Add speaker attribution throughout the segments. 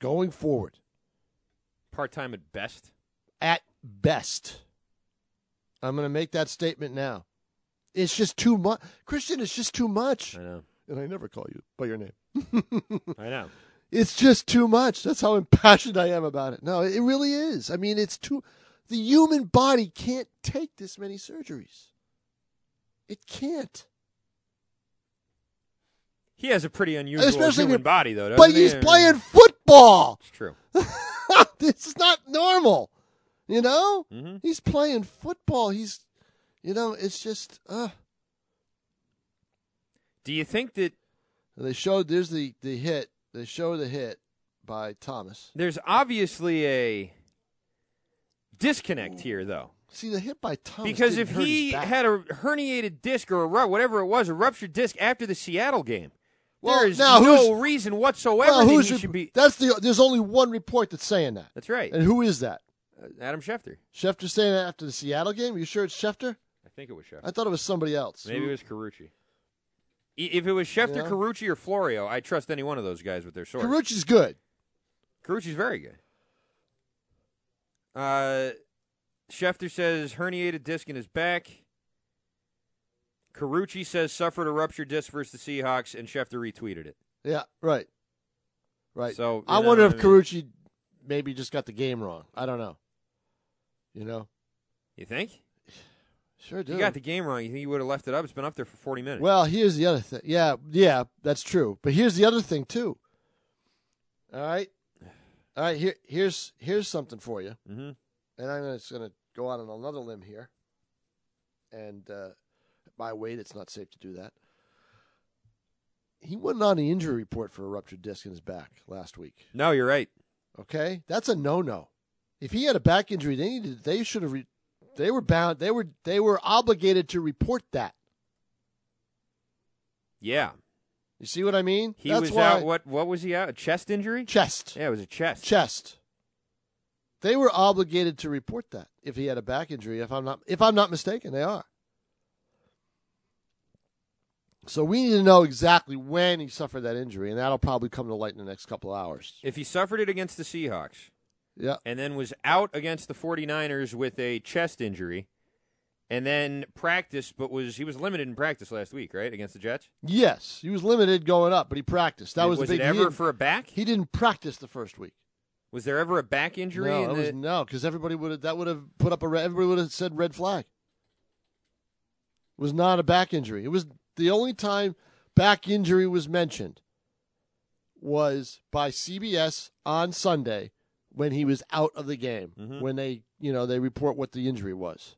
Speaker 1: going forward
Speaker 2: Part time at best.
Speaker 1: at best. I'm going to make that statement now. It's just too much. Christian, it's just too much.
Speaker 2: I know.
Speaker 1: And I never call you by your name.
Speaker 2: I know.
Speaker 1: It's just too much. That's how impassioned I am about it. No, it really is. I mean, it's too. The human body can't take this many surgeries. It can't.
Speaker 2: He has a pretty unusual
Speaker 1: Especially
Speaker 2: human
Speaker 1: with-
Speaker 2: body, though.
Speaker 1: but
Speaker 2: doesn't he?
Speaker 1: he's playing football.
Speaker 2: It's true.
Speaker 1: this is not normal. You know?
Speaker 2: hmm
Speaker 1: He's playing football. He's, you know, it's just. Uh,
Speaker 2: Do you think that
Speaker 1: they showed. There's the, the hit. They show the hit by Thomas.
Speaker 2: there's obviously a disconnect here, though?
Speaker 1: See, the hit by Thomas.
Speaker 2: Because
Speaker 1: didn't
Speaker 2: if
Speaker 1: Oh, hurt his
Speaker 2: he
Speaker 1: back.
Speaker 2: had a herniated disc or a ru- whatever it was, a ruptured disc after the Seattle game,
Speaker 1: Well,
Speaker 2: there is
Speaker 1: now
Speaker 2: no
Speaker 1: who's-
Speaker 2: reason whatsoever
Speaker 1: Well,
Speaker 2: that
Speaker 1: who's
Speaker 2: he
Speaker 1: your-
Speaker 2: should be.
Speaker 1: That's the. There's only one report that's saying that.
Speaker 2: That's right,
Speaker 1: And who is that?
Speaker 2: Uh, Adam Schefter.
Speaker 1: Schefter saying that after the Seattle game? You sure it's Schefter?
Speaker 2: I think it was Schefter.
Speaker 1: I thought it was somebody else.
Speaker 2: Maybe it was Carucci. I- If it was Schefter,
Speaker 1: Yeah.
Speaker 2: Carucci, or Florio, I trust any one of those guys with their sword.
Speaker 1: Carucci's good.
Speaker 2: Carucci's very good. Uh, Schefter says herniated disc in his back. Carucci says suffered a ruptured disc versus the Seahawks, and Schefter retweeted it.
Speaker 1: Yeah, right. Right.
Speaker 2: So, uh, you
Speaker 1: I
Speaker 2: know
Speaker 1: wonder
Speaker 2: what
Speaker 1: if
Speaker 2: I mean?
Speaker 1: Carucci maybe just got the game wrong. I don't know. You know?
Speaker 2: You think?
Speaker 1: Sure do.
Speaker 2: You got the game wrong. You think you would have left it up? It's been up there for 40 minutes.
Speaker 1: Well, here's the other thing. Yeah, yeah, that's true. But here's the other thing too. All right. All right, here here's here's something for you.
Speaker 2: hmm
Speaker 1: and I'm just going to go out on another limb here. And uh, at my weight, it's not safe to do that. He wasn't on the injury report for a ruptured disc in his back last week.
Speaker 2: No, you're right.
Speaker 1: Okay, that's a no-no. If he had a back injury, they needed, they should have, re- they were bound, they were they were obligated to report that.
Speaker 2: Yeah.
Speaker 1: You see what I mean?
Speaker 2: He
Speaker 1: that's
Speaker 2: was
Speaker 1: why
Speaker 2: out. What What was he out? A chest injury?
Speaker 1: chest,
Speaker 2: Yeah, it was a chest.
Speaker 1: chest. They were obligated to report that if he had a back injury. If I'm not, if I'm not mistaken, they are. So we need to know exactly when he suffered that injury, and that'll probably come to light in the next couple of hours.
Speaker 2: If he suffered it against the Seahawks
Speaker 1: Yeah,
Speaker 2: and then was out against the 49ers with a chest injury and then practiced, but was he was limited in practice last week, right? Against the Jets?
Speaker 1: yes, he was limited going up, but he practiced. That was,
Speaker 2: was
Speaker 1: the big
Speaker 2: it
Speaker 1: he
Speaker 2: ever
Speaker 1: didn't-
Speaker 2: for a back?
Speaker 1: He didn't practice the first week.
Speaker 2: was there ever a back injury?
Speaker 1: no,
Speaker 2: in
Speaker 1: that
Speaker 2: the-
Speaker 1: was no, because everybody would have that would have put up a red, everybody would have said red flag. It was not a back injury. It was the only time back injury was mentioned was by CBS on Sunday when he was out of the game
Speaker 2: Mhm.
Speaker 1: when they you know they report what the injury was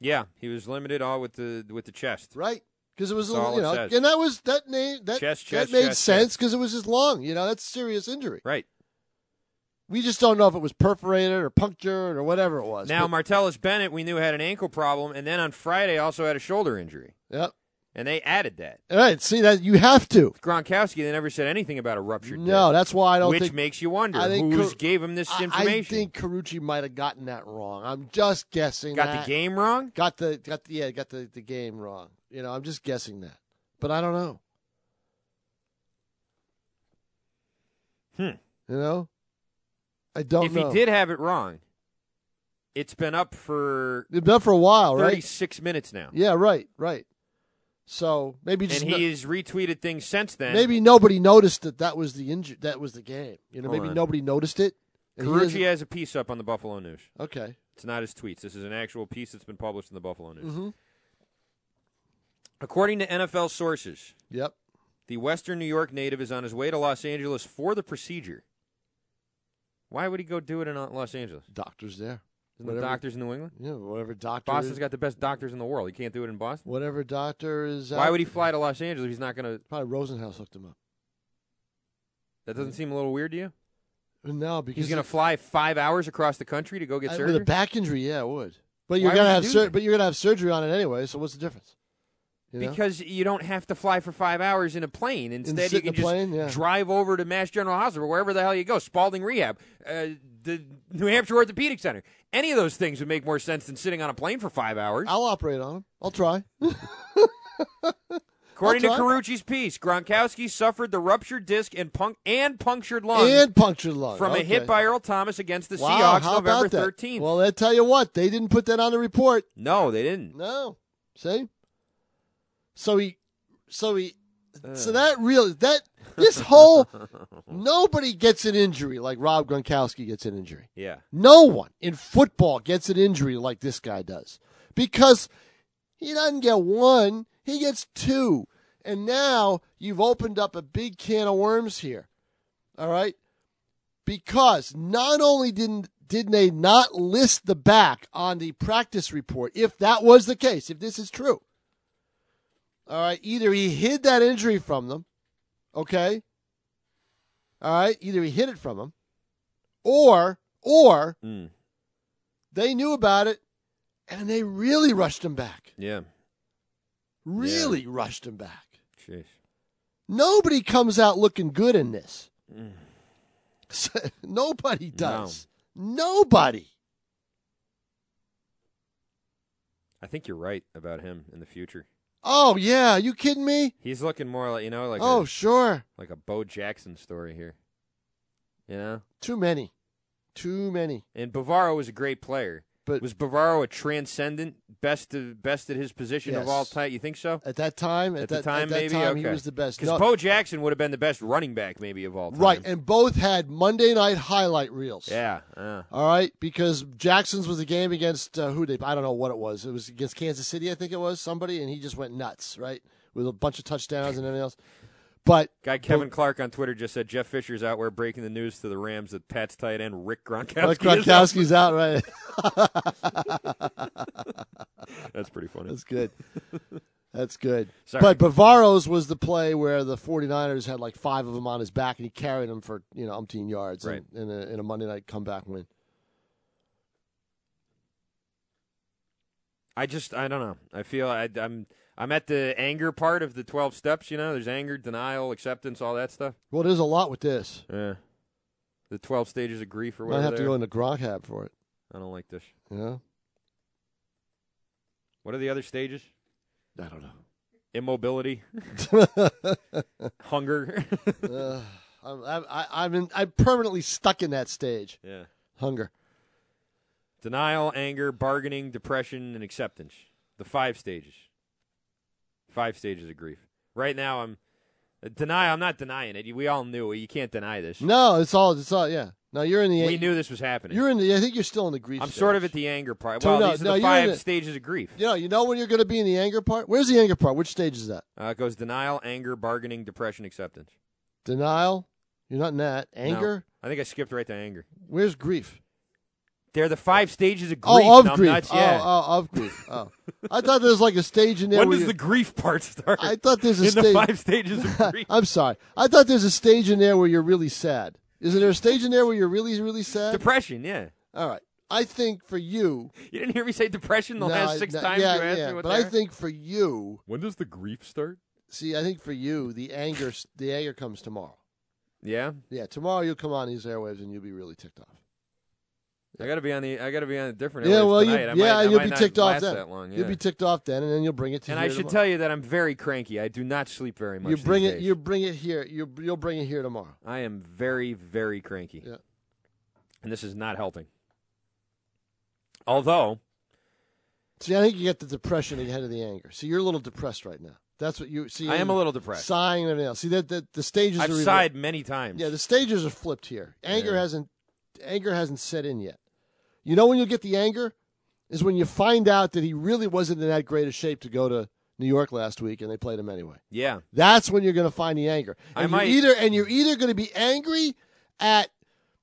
Speaker 2: yeah, he was limited all with the with the chest.
Speaker 1: right because it was
Speaker 2: That's all
Speaker 1: you
Speaker 2: it
Speaker 1: know
Speaker 2: says.
Speaker 1: and that was that name that
Speaker 2: Chest,
Speaker 1: that
Speaker 2: chest,
Speaker 1: made
Speaker 2: chest,
Speaker 1: sense because it was his lung you know that's serious injury
Speaker 2: Right.
Speaker 1: we just don't know if it was perforated or punctured or whatever it was
Speaker 2: Now
Speaker 1: but-
Speaker 2: Martellus Bennett we knew had an ankle problem and then on Friday also had a shoulder injury.
Speaker 1: yep
Speaker 2: And they added that.
Speaker 1: All right, see that you have to.
Speaker 2: Gronkowski, they never said anything about a ruptured
Speaker 1: No,
Speaker 2: disc,
Speaker 1: that's why I don't
Speaker 2: which
Speaker 1: think.
Speaker 2: makes you wonder
Speaker 1: I think
Speaker 2: who's
Speaker 1: Cur-
Speaker 2: gave him this
Speaker 1: I-
Speaker 2: information.
Speaker 1: I think Carucci might have gotten that wrong. I'm just guessing.
Speaker 2: Got
Speaker 1: that.
Speaker 2: the game wrong.
Speaker 1: Got the got the yeah got the, the game wrong. You know, I'm just guessing that, but I don't know.
Speaker 2: Hmm.
Speaker 1: You know, I don't
Speaker 2: if
Speaker 1: know.
Speaker 2: he did have it wrong, it's been up for
Speaker 1: It's been up for a while, right?
Speaker 2: 36 minutes now.
Speaker 1: Yeah, right, right. So maybe just
Speaker 2: and
Speaker 1: no-
Speaker 2: he has retweeted things since then.
Speaker 1: maybe nobody noticed that that was the injury. That was the game. You know,
Speaker 2: Hold
Speaker 1: maybe
Speaker 2: on.
Speaker 1: nobody noticed it. and he
Speaker 2: Carucci
Speaker 1: isn't-
Speaker 2: has a piece up on the Buffalo News.
Speaker 1: Okay.
Speaker 2: It's not his tweets. This is an actual piece that's been published in the Buffalo News.
Speaker 1: Mm-hmm.
Speaker 2: According to NFL sources,
Speaker 1: Yep.
Speaker 2: the Western New York native is on his way to Los Angeles for the procedure. Why would he go do it in Los Angeles?
Speaker 1: Doctors there.
Speaker 2: Isn't the
Speaker 1: Whatever.
Speaker 2: doctors in New England?
Speaker 1: Yeah, whatever doctor.
Speaker 2: Boston's got the best doctors in the world. He can't do it in Boston.
Speaker 1: whatever doctor is.
Speaker 2: Why
Speaker 1: out-
Speaker 2: would he fly to Los Angeles if he's not going to?
Speaker 1: Probably Rosenhaus hooked him up.
Speaker 2: That doesn't seem a little weird to you?
Speaker 1: No, because
Speaker 2: He's going to fly five hours across the country to go get
Speaker 1: I-
Speaker 2: surgery.
Speaker 1: with a back injury. Yeah, it would. But you're
Speaker 2: Why
Speaker 1: gonna
Speaker 2: would you
Speaker 1: have
Speaker 2: do
Speaker 1: sur-
Speaker 2: that?
Speaker 1: but you're gonna have surgery on it anyway. So what's the difference? You know?
Speaker 2: Because you don't have to fly for five hours in a plane. Instead,
Speaker 1: sit
Speaker 2: you
Speaker 1: in
Speaker 2: can
Speaker 1: a
Speaker 2: just
Speaker 1: plane, yeah.
Speaker 2: drive over to Mass General Hospital, wherever the hell you go, Spalding Rehab, uh, the New Hampshire Orthopedic Center. Any of those things would make more sense than sitting on a plane for five hours.
Speaker 1: I'll operate on him. I'll try.
Speaker 2: According to
Speaker 1: That's all right.
Speaker 2: Carucci's piece, Gronkowski suffered the ruptured disc and, punk- and punctured lung
Speaker 1: and punctured lung
Speaker 2: from a
Speaker 1: Okay.
Speaker 2: hit by Earl Thomas against the
Speaker 1: wow,
Speaker 2: Seahawks
Speaker 1: how
Speaker 2: November
Speaker 1: about that?
Speaker 2: 13th.
Speaker 1: Well, I tell you what, they didn't put that on the report.
Speaker 2: no, they didn't.
Speaker 1: No, see. So he, so he, so
Speaker 2: Ugh.
Speaker 1: that really that this whole nobody gets an injury like Rob Gronkowski gets an injury.
Speaker 2: Yeah.
Speaker 1: No one in football gets an injury like this guy does because he doesn't get one, he gets two. And now you've opened up a big can of worms here. All right? Because not only didn't didn't they not list the back on the practice report if that was the case, if this is true. All right, either he hid that injury from them, okay? All right, either he hid it from them or or
Speaker 2: Mm.
Speaker 1: they knew about it and they really rushed him back.
Speaker 2: Yeah.
Speaker 1: Really rushed him back.
Speaker 2: Jeez.
Speaker 1: Nobody comes out looking good in this.
Speaker 2: Mm.
Speaker 1: Nobody does. Nobody.
Speaker 2: I think you're right about him in the future.
Speaker 1: Oh, yeah. you kidding me?
Speaker 2: He's looking more like you know, like
Speaker 1: oh,
Speaker 2: a,
Speaker 1: sure.
Speaker 2: like a Bo Jackson story here. You know,
Speaker 1: Too many. Too many.
Speaker 2: and Bavaro was a great player.
Speaker 1: But
Speaker 2: was Bavaro a transcendent, best of, best at his position of
Speaker 1: Yes.
Speaker 2: all time? You think so?
Speaker 1: at that time, at,
Speaker 2: At
Speaker 1: that,
Speaker 2: the time,
Speaker 1: at that
Speaker 2: maybe
Speaker 1: time he
Speaker 2: Okay.
Speaker 1: was the best.
Speaker 2: Because
Speaker 1: No,
Speaker 2: Bo Jackson would have been the best running back, maybe of all time.
Speaker 1: right. And both had Monday night highlight reels.
Speaker 2: Yeah. Uh,
Speaker 1: All right, because Jackson's was a game against uh, who they I don't know what it was. It was against Kansas City, I think it was somebody, and he just went nuts, right, with a bunch of touchdowns and everything else. But
Speaker 2: guy Kevin Clark on Twitter just said Jeff Fisher's out where breaking the news to the Rams that Pat's tight end Rick Gronkowski.
Speaker 1: Rick
Speaker 2: is out.
Speaker 1: Gronkowski's out, right?
Speaker 2: That's pretty funny.
Speaker 1: That's good. That's good.
Speaker 2: Sorry.
Speaker 1: But Bavaro's was the play where the 49ers had like five of them on his back, and he carried them for you know umpteen yards
Speaker 2: Right.
Speaker 1: in, in, a, in a Monday night comeback win.
Speaker 2: I just I don't know. I feel I, I'm I'm at the anger part of the twelve steps. You know, there's anger, denial, acceptance, all that stuff.
Speaker 1: Well, there's a lot with this.
Speaker 2: Yeah. The twelve stages of grief or
Speaker 1: Might
Speaker 2: whatever.
Speaker 1: have to
Speaker 2: they
Speaker 1: go
Speaker 2: are.
Speaker 1: into Gronk Hab for it.
Speaker 2: I don't like this.
Speaker 1: You know?
Speaker 2: What are the other stages?
Speaker 1: I don't
Speaker 2: Immobility,
Speaker 1: know.
Speaker 2: hunger.
Speaker 1: Ugh, I'm, I'm, I- I'm, in, I'm permanently stuck in that stage.
Speaker 2: yeah.
Speaker 1: Hunger.
Speaker 2: Denial, anger, bargaining, depression, and acceptance. The five stages. Five stages of grief. Right now, I'm uh, deny. I'm not denying it. We all knew it. You can't deny this.
Speaker 1: No, it's all, it's all, yeah. No, you're in the,
Speaker 2: We knew this was happening.
Speaker 1: you're in the, I think you're still in the grief.
Speaker 2: I'm
Speaker 1: stage.
Speaker 2: sort of at the anger part.
Speaker 1: So
Speaker 2: Well,
Speaker 1: no,
Speaker 2: these are
Speaker 1: no,
Speaker 2: the
Speaker 1: you're in
Speaker 2: five
Speaker 1: it.
Speaker 2: stages of grief.
Speaker 1: You know, you know when you're going to be in the anger part? Where's the anger part? Which stage is that?
Speaker 2: Uh, it goes denial, anger, bargaining, depression, acceptance.
Speaker 1: Denial? You're not in that.
Speaker 2: No.
Speaker 1: Anger?
Speaker 2: I think I skipped right to anger.
Speaker 1: Where's grief?
Speaker 2: They're the five stages of grief.
Speaker 1: Oh, of
Speaker 2: numbnuts,
Speaker 1: grief.
Speaker 2: yeah.
Speaker 1: Oh, oh, of grief. Oh. I thought there was like a stage in there
Speaker 2: when
Speaker 1: where
Speaker 2: does
Speaker 1: you-
Speaker 2: the grief part start?
Speaker 1: I thought there's a
Speaker 2: in the
Speaker 1: stage.
Speaker 2: five stages of grief.
Speaker 1: I'm sorry. I thought there's a stage in there where you're really sad. Isn't there a stage in there where you're really, really sad?
Speaker 2: depression. Yeah.
Speaker 1: All right. I think for you,
Speaker 2: You didn't hear me say depression the
Speaker 1: No,
Speaker 2: last
Speaker 1: I-
Speaker 2: six
Speaker 1: no,
Speaker 2: times
Speaker 1: yeah,
Speaker 2: you asked
Speaker 1: yeah,
Speaker 2: me what
Speaker 1: But
Speaker 2: they
Speaker 1: I
Speaker 2: are?
Speaker 1: think for you,
Speaker 2: When does the grief start?
Speaker 1: see, I think for you, the anger, the anger comes tomorrow.
Speaker 2: Yeah,
Speaker 1: Yeah, tomorrow you'll come on these airwaves and you'll be really ticked off.
Speaker 2: I gotta be on the. I gotta be on a different.
Speaker 1: yeah,
Speaker 2: airwaves
Speaker 1: well,
Speaker 2: tonight. I
Speaker 1: you, yeah,
Speaker 2: might, I
Speaker 1: you'll
Speaker 2: might
Speaker 1: be
Speaker 2: not
Speaker 1: ticked off
Speaker 2: last
Speaker 1: then.
Speaker 2: That long, yeah.
Speaker 1: You'll be ticked off then, and then you'll bring it to.
Speaker 2: and
Speaker 1: here
Speaker 2: I should
Speaker 1: tomorrow.
Speaker 2: tell you that I'm very cranky. I do not sleep very much.
Speaker 1: you bring
Speaker 2: these
Speaker 1: it.
Speaker 2: days.
Speaker 1: You bring it here. You you'll bring it here tomorrow.
Speaker 2: I am very, very cranky.
Speaker 1: Yeah.
Speaker 2: And this is not helping. Although,
Speaker 1: See, I think you get the depression ahead of the anger. See, you're a little depressed right now. That's what you see.
Speaker 2: I am a little depressed.
Speaker 1: sighing and everything else. See that the, the stages
Speaker 2: I've
Speaker 1: are reversed.
Speaker 2: sighed many times.
Speaker 1: Yeah, the stages are flipped here. Anger
Speaker 2: Yeah.
Speaker 1: hasn't anger hasn't set in yet. You know when you'll get the anger is when you find out that he really wasn't in that great a shape to go to New York last week and they played him anyway.
Speaker 2: yeah.
Speaker 1: That's when you're going to find the anger.
Speaker 2: I
Speaker 1: And
Speaker 2: might-
Speaker 1: you're either and you're either going to be angry at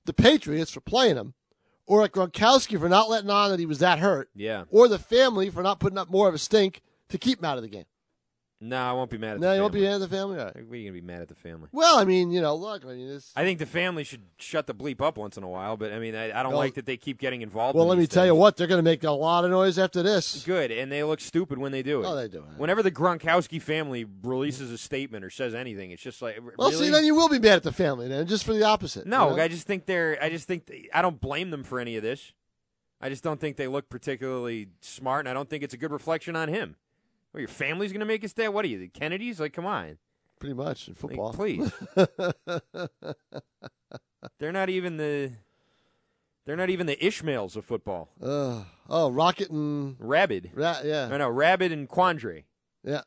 Speaker 1: the Patriots for playing him or at Gronkowski for not letting on that he was that hurt
Speaker 2: yeah.
Speaker 1: or the family for not putting up more of a stink to keep him out of the game.
Speaker 2: No, I won't be mad at.
Speaker 1: No,
Speaker 2: the
Speaker 1: you won't be
Speaker 2: family.
Speaker 1: mad at the family. All right.
Speaker 2: What are you gonna be mad at the family?
Speaker 1: Well, I mean, you know, look, I mean, it's
Speaker 2: I think the family should shut the bleep up once in a while, but I mean, I, I don't
Speaker 1: Well-
Speaker 2: like that they keep getting involved.
Speaker 1: Well,
Speaker 2: in
Speaker 1: let me
Speaker 2: these
Speaker 1: tell
Speaker 2: things.
Speaker 1: you what, they're going to make a lot of noise after this.
Speaker 2: good, and they look stupid when they do it.
Speaker 1: Oh, they do.
Speaker 2: Whenever the Gronkowski family releases a statement or says anything, it's just like r-
Speaker 1: well,
Speaker 2: really.
Speaker 1: see, then you will be mad at the family then, just for the opposite.
Speaker 2: no,
Speaker 1: you know?
Speaker 2: I just think they're. I just think they, I don't blame them for any of this. I just don't think they look particularly smart, and I don't think it's a good reflection on him. Or your family's going to make us stay? What are you, the Kennedys? Like, come on.
Speaker 1: Pretty much in
Speaker 2: Like,
Speaker 1: football.
Speaker 2: please. they're not even the. They're not even the Ishmaels of football.
Speaker 1: Ugh. oh, Rocket and
Speaker 2: Rabid.
Speaker 1: Ra- yeah,
Speaker 2: No, no, Rabid and Quandre.
Speaker 1: yeah.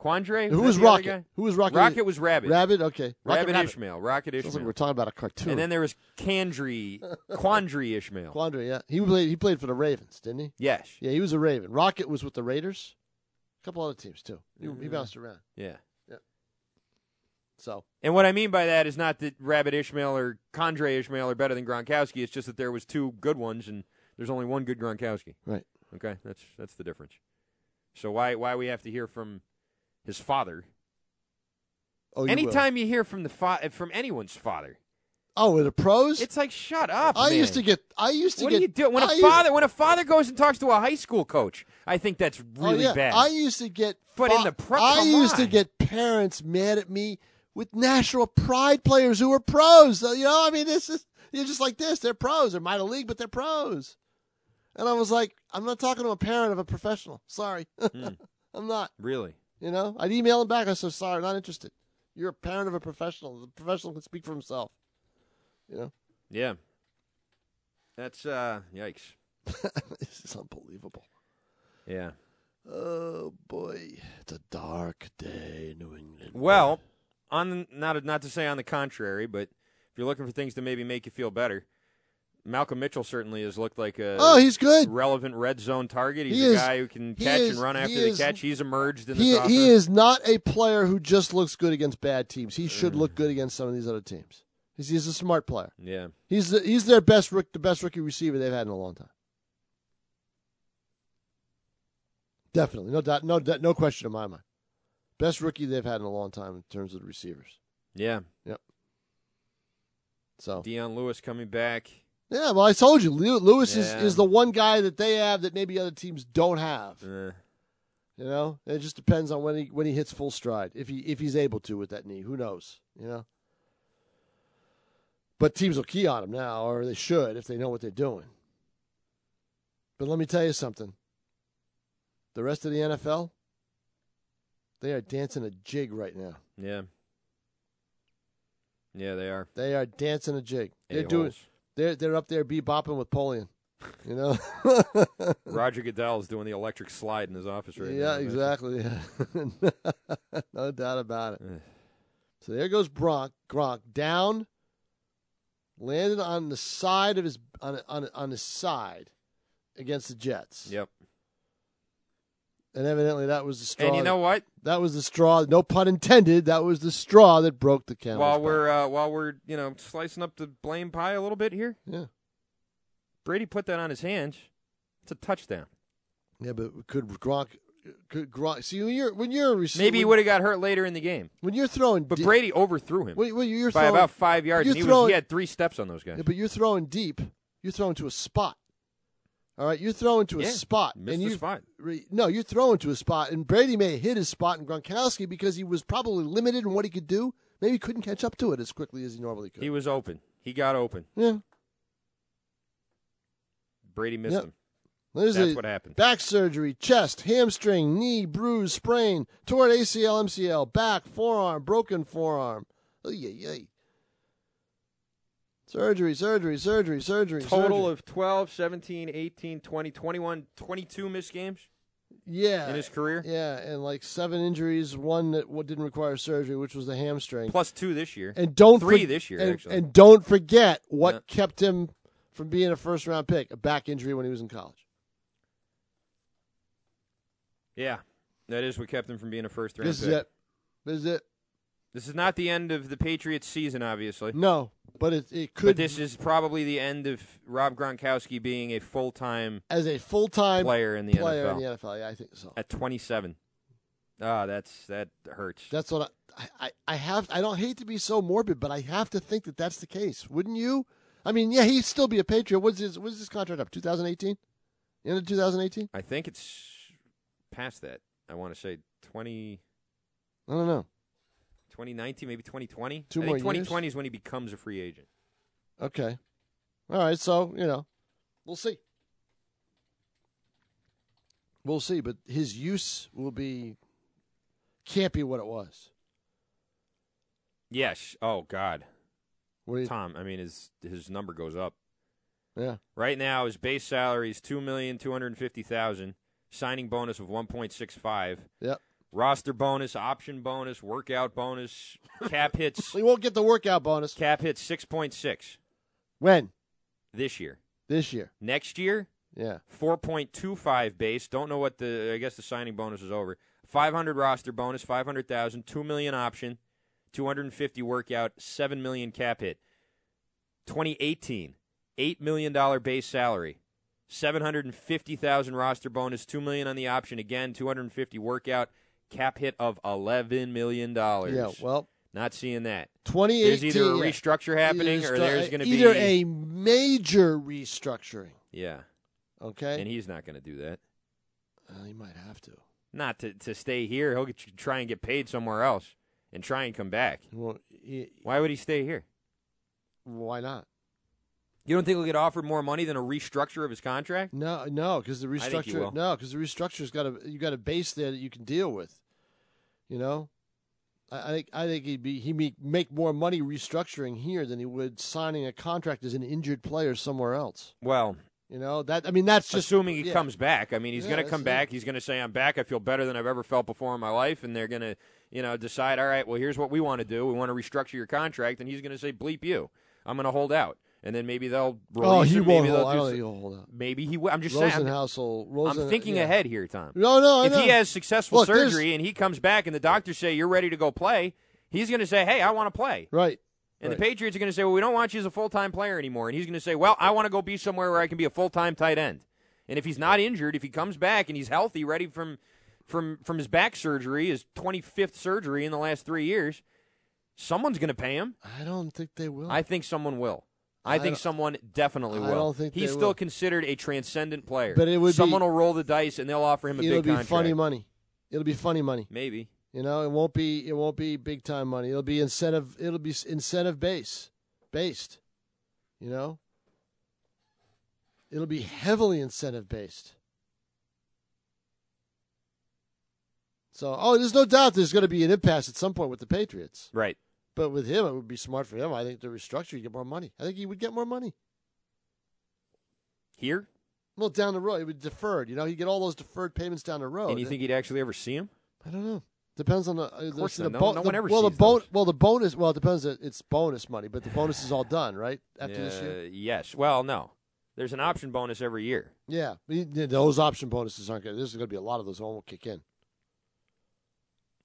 Speaker 2: Quandre?
Speaker 1: Who
Speaker 2: that
Speaker 1: was
Speaker 2: the other
Speaker 1: Rocket?
Speaker 2: guy?
Speaker 1: Who was Rocket?
Speaker 2: Rocket was Rabid.
Speaker 1: Rabbit. Okay,
Speaker 2: Rabbit,
Speaker 1: Rocket Rabbit.
Speaker 2: Ishmael, Rocket
Speaker 1: Sounds like
Speaker 2: Ishmael,
Speaker 1: we're talking about a cartoon.
Speaker 2: and then there was Candry, Quandry Ishmael.
Speaker 1: Quandre, yeah, he played. He played for the Ravens, didn't he?
Speaker 2: yes,
Speaker 1: Yeah, he was a Raven. Rocket was with the Raiders. A couple other teams too. He, he
Speaker 2: Mm-hmm.
Speaker 1: bounced around.
Speaker 2: yeah.
Speaker 1: So
Speaker 2: And what I mean by that is not that Rabbit Ishmael or Condre Ishmael are better than Gronkowski. It's just that there was two good ones, and there's only one good Gronkowski.
Speaker 1: right.
Speaker 2: Okay, that's that's the difference. So why why we have to hear from his father?
Speaker 1: Oh, you will.
Speaker 2: Anytime you hear from the fa- from anyone's father,
Speaker 1: Oh, with the pros.
Speaker 2: it's like shut up.
Speaker 1: I
Speaker 2: man.
Speaker 1: used to get. I used to
Speaker 2: What
Speaker 1: get.
Speaker 2: do you do when a
Speaker 1: I used-
Speaker 2: father when a father goes and talks to a high school coach? I think that's
Speaker 1: Oh,
Speaker 2: really
Speaker 1: yeah.
Speaker 2: bad.
Speaker 1: I used to get.
Speaker 2: But in the pro-
Speaker 1: I
Speaker 2: come
Speaker 1: used to
Speaker 2: on.
Speaker 1: get parents mad at me with national pride players who were pros. So, You know, I mean, this is you're just like this. They're pros. They're minor league, but they're pros. And I was like, I'm not talking to a parent of a professional. Sorry,
Speaker 2: Hmm.
Speaker 1: I'm not.
Speaker 2: really.
Speaker 1: You know, I'd email him back. I said, sorry, not interested. You're a parent of a professional. The professional can speak for himself. You know,
Speaker 2: Yeah. That's uh yikes.
Speaker 1: this is unbelievable.
Speaker 2: Yeah.
Speaker 1: Oh boy, it's a dark day in New England.
Speaker 2: Well, on not not to say on the contrary, but if you're looking for things to maybe make you feel better, Malcolm Mitchell certainly has looked like a
Speaker 1: oh, he's good.
Speaker 2: relevant red zone target. He's
Speaker 1: He
Speaker 2: a
Speaker 1: is-
Speaker 2: guy who can
Speaker 1: he
Speaker 2: catch
Speaker 1: is-
Speaker 2: and run
Speaker 1: he
Speaker 2: after the
Speaker 1: is-
Speaker 2: catch. He's emerged in this
Speaker 1: He,
Speaker 2: offense.
Speaker 1: he is not a player who just looks good against bad teams. He should look good against some of these other teams. He's, he's a smart player.
Speaker 2: Yeah.
Speaker 1: He's the, he's their best rook, the best rookie receiver they've had in a long time. Definitely, no doubt, no doubt- no question in my mind. Best rookie they've had in a long time in terms of the receivers.
Speaker 2: Yeah.
Speaker 1: So
Speaker 2: Deion Lewis coming back.
Speaker 1: yeah, well, I told you, Lew- Lewis
Speaker 2: Yeah.
Speaker 1: is, is the one guy that they have that maybe other teams don't have.
Speaker 2: Uh,
Speaker 1: You know, it just depends on when he when he hits full stride. If he if he's able to with that knee, who knows? You know. But teams will key on him now, or they should if they know what they're doing. But let me tell you something. The rest of the NFL, they are dancing a jig right now.
Speaker 2: yeah. Yeah, they are.
Speaker 1: They are dancing a jig. They're
Speaker 2: A-holes.
Speaker 1: doing. They're they're up there bebopping with Polian. You know.
Speaker 2: Roger Goodell is doing the electric slide in his office right now.
Speaker 1: yeah, exactly. no doubt about it.
Speaker 2: Ugh.
Speaker 1: So there goes Gronk. Gronk down, landed on the side of his on on on his side against the Jets.
Speaker 2: Yep.
Speaker 1: And evidently that was the straw.
Speaker 2: And you know what?
Speaker 1: that was the straw. No pun intended. That was the straw that broke the camel's
Speaker 2: while
Speaker 1: back.
Speaker 2: we're uh, while we're you know slicing up the blame pie a little bit here,
Speaker 1: yeah
Speaker 2: Brady put that on his hands. It's a touchdown.
Speaker 1: yeah, but could Gronk could Gronk see when you're when you're a receiver
Speaker 2: Maybe he would have got hurt later in the game,
Speaker 1: when you're throwing
Speaker 2: but
Speaker 1: deep,
Speaker 2: Brady overthrew him
Speaker 1: when, when you're
Speaker 2: by
Speaker 1: throwing,
Speaker 2: about five yards.
Speaker 1: you're
Speaker 2: And he, was,
Speaker 1: throwing-
Speaker 2: he had three steps on those guys.
Speaker 1: Yeah, but you're throwing deep. You're throwing to a spot. All right, you're throwing to a
Speaker 2: Yeah,
Speaker 1: spot,
Speaker 2: missed
Speaker 1: and
Speaker 2: the
Speaker 1: you
Speaker 2: spot.
Speaker 1: re- no, you're throwing to a spot, and Brady may have hit his spot in Gronkowski because he was probably limited in what he could do. Maybe he couldn't catch up to it as quickly as he normally could.
Speaker 2: He was open. He got open.
Speaker 1: yeah,
Speaker 2: Brady missed
Speaker 1: Yep.
Speaker 2: him.
Speaker 1: There's
Speaker 2: That's
Speaker 1: a
Speaker 2: what happened.
Speaker 1: Back surgery, chest, hamstring, knee, bruise, sprain, torn ACL, MCL, back, forearm, broken forearm. Oy, oy, oy. Surgery, surgery, surgery, surgery.
Speaker 2: Total
Speaker 1: surgery.
Speaker 2: of 12, 17, 18, 20, 21, 22 missed games
Speaker 1: yeah,
Speaker 2: in his career,
Speaker 1: Yeah, and like seven injuries, one that w- didn't require surgery, which was the hamstring.
Speaker 2: plus two this year.
Speaker 1: And don't
Speaker 2: three
Speaker 1: for-
Speaker 2: this year,
Speaker 1: And,
Speaker 2: actually.
Speaker 1: and don't forget what
Speaker 2: Yeah.
Speaker 1: kept him from being a first round pick, a back injury when he was in college.
Speaker 2: yeah, that is what kept him from being a first round
Speaker 1: This is
Speaker 2: pick.
Speaker 1: it. This is it.
Speaker 2: This is not the end of the Patriots season, obviously.
Speaker 1: No, but it it
Speaker 2: But
Speaker 1: could
Speaker 2: this is probably the end of Rob Gronkowski being a full time
Speaker 1: as a full time
Speaker 2: player in the
Speaker 1: player
Speaker 2: NFL
Speaker 1: in the NFL. Yeah, I think so.
Speaker 2: at 27. Ah, that's that hurts.
Speaker 1: That's what I, I I have. I don't hate to be so morbid, but I have to think that that's the case. Wouldn't you? I mean, yeah, he'd still be a Patriot. What's his What's his contract up? 2018. End of 2018.
Speaker 2: I think it's past that. I want to say 20,
Speaker 1: I don't know.
Speaker 2: 2019, maybe 2020.
Speaker 1: Two
Speaker 2: I think
Speaker 1: more
Speaker 2: 2020 is when he becomes a free agent.
Speaker 1: Okay. All right. So, you know, we'll see. We'll see, but his use will be can't be what it was.
Speaker 2: Yes. Oh God,
Speaker 1: What do you?
Speaker 2: Tom. I mean, his his number goes up.
Speaker 1: Yeah,
Speaker 2: Right now, his base salary is two million two hundred fifty thousand. Signing bonus of one point six five.
Speaker 1: Yep.
Speaker 2: Roster bonus, option bonus, workout bonus, cap hits.
Speaker 1: he won't get the workout bonus
Speaker 2: Cap hits six point six
Speaker 1: when
Speaker 2: this year.
Speaker 1: this year.
Speaker 2: Next year,
Speaker 1: Yeah,
Speaker 2: four point two five base. Don't know what the. I guess the signing bonus is over. Five hundred roster bonus, five hundred thousand, two million option, two hundred and fifty workout, seven million cap hit. 2018, eight million dollar base salary, seven hundred and fifty thousand roster bonus, two million on the option again, two hundred and fifty workout, cap hit of eleven million dollars.
Speaker 1: yeah. Well,
Speaker 2: not seeing that.
Speaker 1: twenty eighteen.
Speaker 2: Oh, There's either a restructure happening, or there's going to be
Speaker 1: either a major restructuring.
Speaker 2: yeah,
Speaker 1: Okay,
Speaker 2: and he's not going to do that.
Speaker 1: Uh, he might have to.
Speaker 2: not to, to stay here. He'll get, try and get paid somewhere else and try and come back.
Speaker 1: He won't, he,
Speaker 2: Why would he stay here?
Speaker 1: why not?
Speaker 2: You don't think he'll get offered more money than a restructure of his contract?
Speaker 1: No, no, because the
Speaker 2: I think he will.
Speaker 1: restructure. No, because the restructure's got a you got a base there that you can deal with. You know, I, I think I think he'd be he make make more money restructuring here than he would signing a contract as an injured player somewhere else.
Speaker 2: Well,
Speaker 1: You know that I mean that's just
Speaker 2: assuming he
Speaker 1: yeah.
Speaker 2: comes back. I mean, he's
Speaker 1: Yeah,
Speaker 2: going to
Speaker 1: that's
Speaker 2: come
Speaker 1: it.
Speaker 2: back. He's going to say, "I'm back. I feel better than I've ever felt before in my life," and they're going to, you know, decide, "All right, well, here's what we want to do. We want to restructure your contract," and he's going to say, "Bleep you. I'm going to hold out." And then maybe they'll release
Speaker 1: Oh, he
Speaker 2: him.
Speaker 1: won't.
Speaker 2: Maybe
Speaker 1: Hold,
Speaker 2: they'll
Speaker 1: I
Speaker 2: do
Speaker 1: don't
Speaker 2: some-
Speaker 1: think he'll hold out.
Speaker 2: Maybe he. will. I'm just saying. I'm-
Speaker 1: Rosenhaus will.
Speaker 2: I'm,
Speaker 1: Rosen,
Speaker 2: thinking
Speaker 1: yeah.
Speaker 2: ahead here, Tom.
Speaker 1: No, Oh, no. I
Speaker 2: if
Speaker 1: know.
Speaker 2: he has successful
Speaker 1: Look, there's-
Speaker 2: surgery and he comes back and the doctors say you're ready to go play, he's going to say, "Hey, I want to play."
Speaker 1: right,
Speaker 2: And the
Speaker 1: Right.
Speaker 2: Patriots are going to say, "Well, we don't want you as a full-time player anymore." And he's going to say, "Well, I want to go be somewhere where I can be a full-time tight end." And if he's not injured, if he comes back and he's healthy, ready from from from his back surgery, his 25th surgery in the last 3 years, someone's going to pay him.
Speaker 1: I don't think they will.
Speaker 2: I think someone will. I,
Speaker 1: I
Speaker 2: think
Speaker 1: don't-
Speaker 2: someone definitely will.
Speaker 1: I don't think
Speaker 2: he's
Speaker 1: they
Speaker 2: still
Speaker 1: will.
Speaker 2: considered a transcendent player.
Speaker 1: But it would be-
Speaker 2: someone will roll the dice and they'll offer him a
Speaker 1: It'll
Speaker 2: big
Speaker 1: be
Speaker 2: contract.
Speaker 1: funny money. It'll be funny money.
Speaker 2: Maybe.
Speaker 1: You know, it won't be it won't be big time money. It'll be incentive. It'll be s- incentive base based. You know, it'll be heavily incentive based. So, oh, there's no doubt there's going to be an impasse at some point with the Patriots.
Speaker 2: Right.
Speaker 1: But with him, it would be smart for him. I think to restructure, you get more money. I think he would get more money.
Speaker 2: Here?
Speaker 1: Well, down the road, it would be deferred. You know, he get all those deferred payments down Oh, the road.
Speaker 2: and you think he'd actually ever see him?
Speaker 1: I don't know. Depends on the. Uh,
Speaker 2: course
Speaker 1: the,
Speaker 2: not. No- no
Speaker 1: the-
Speaker 2: one ever
Speaker 1: well, the
Speaker 2: sees
Speaker 1: bon-
Speaker 2: those.
Speaker 1: Well, the bonus. Well, it depends. that It's bonus money, but the bonus is all done, right? After this year,
Speaker 2: Uh, Yes. Well, no. There's an option bonus every year.
Speaker 1: yeah. We- yeah, Those option bonuses aren't good. There's going to be a lot of those. that Won't kick in.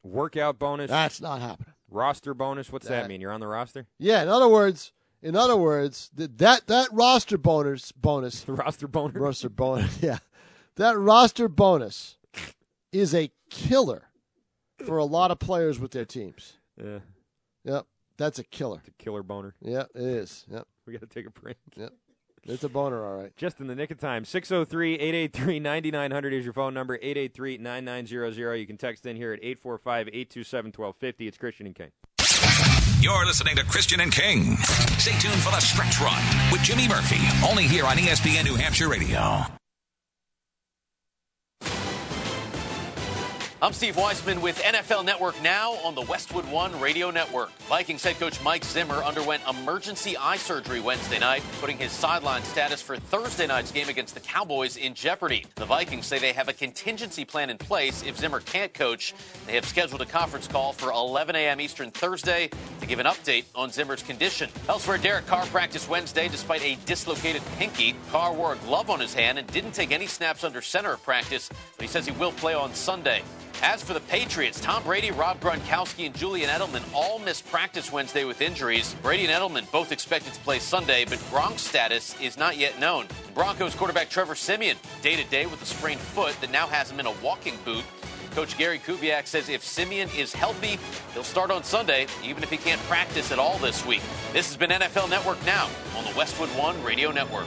Speaker 2: Workout bonus,
Speaker 1: That's not happening.
Speaker 2: roster bonus. What's that,
Speaker 1: That-
Speaker 2: mean? You're on the roster?
Speaker 1: Yeah. In other words, in other words, th- that that roster bonus bonus
Speaker 2: The roster bonus?
Speaker 1: roster bonus. Yeah, that roster bonus is a killer for a lot of players with their teams.
Speaker 2: Yeah.
Speaker 1: Yep, that's a killer.
Speaker 2: The killer boner.
Speaker 1: Yep, it is. Yep,
Speaker 2: We got to take a break.
Speaker 1: it's a boner. All right.
Speaker 2: Just in the nick of time. 603 883 9900 is your phone number. 883 9900. You can text in here at 845 827 1250. It's Christian and King.
Speaker 3: You're listening to Christian and King. Stay tuned for the stretch run with Jimmy Murphy, only here on E ESPN New Hampshire Radio.
Speaker 4: I'm Steve Weisman with NFL Network now on the Westwood One Radio Network. Vikings head coach Mike Zimmer underwent emergency eye surgery Wednesday night, putting his sideline status for Thursday night's game against the Cowboys in jeopardy. The Vikings say they have a contingency plan in place if Zimmer can't coach. They have scheduled a conference call for 11 a.m. Eastern Thursday to give an update on Zimmer's condition. Elsewhere, Derek Carr practiced Wednesday despite a dislocated pinky. Carr wore a glove on his hand and didn't take any snaps under center at practice, but he says he will play on Sunday. As for the Patriots, Tom Brady, Rob Gronkowski, and Julian Edelman all missed practice Wednesday with injuries. Brady and Edelman both expected to play Sunday, but Gronk's status is not yet known. Broncos quarterback Trevor Simeon, day to day with a sprained foot that now has him in a walking boot. Coach Gary Kubiak says if Simeon is healthy, he'll start on Sunday, even if he can't practice at all this week. This has been NFL Network Now on the Westwood One Radio Network.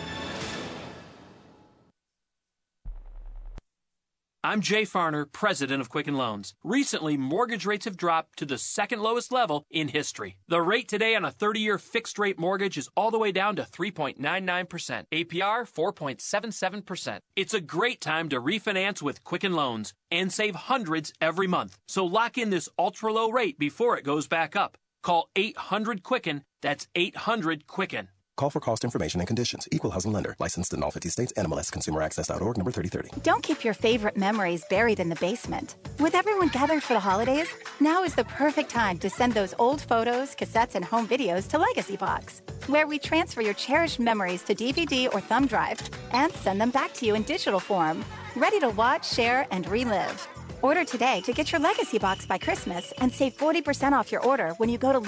Speaker 5: I'm Jay Farner, president of Quicken Loans. Recently, mortgage rates have dropped to the second lowest level in history. The rate today on a 30 year fixed rate mortgage is all the way down to 3.99%, APR 4.77%. It's a great time to refinance with Quicken Loans and save hundreds every month. So lock in this ultra low rate before it goes back up. Call 800 Quicken. That's 800 Quicken.
Speaker 6: Call for cost information and conditions. Equal housing lender. Licensed in all 50 states. NMLS ConsumerAccess.org number 3030.
Speaker 7: Don't keep your favorite memories buried in the basement. With everyone gathered for the holidays, now is the perfect time to send those old photos, cassettes, and home videos to Legacy Box, where we transfer your cherished memories to DVD or thumb drive and send them back to you in digital form, ready to watch, share, and relive. Order today to get your Legacy Box by Christmas and save 40% off your order when you go to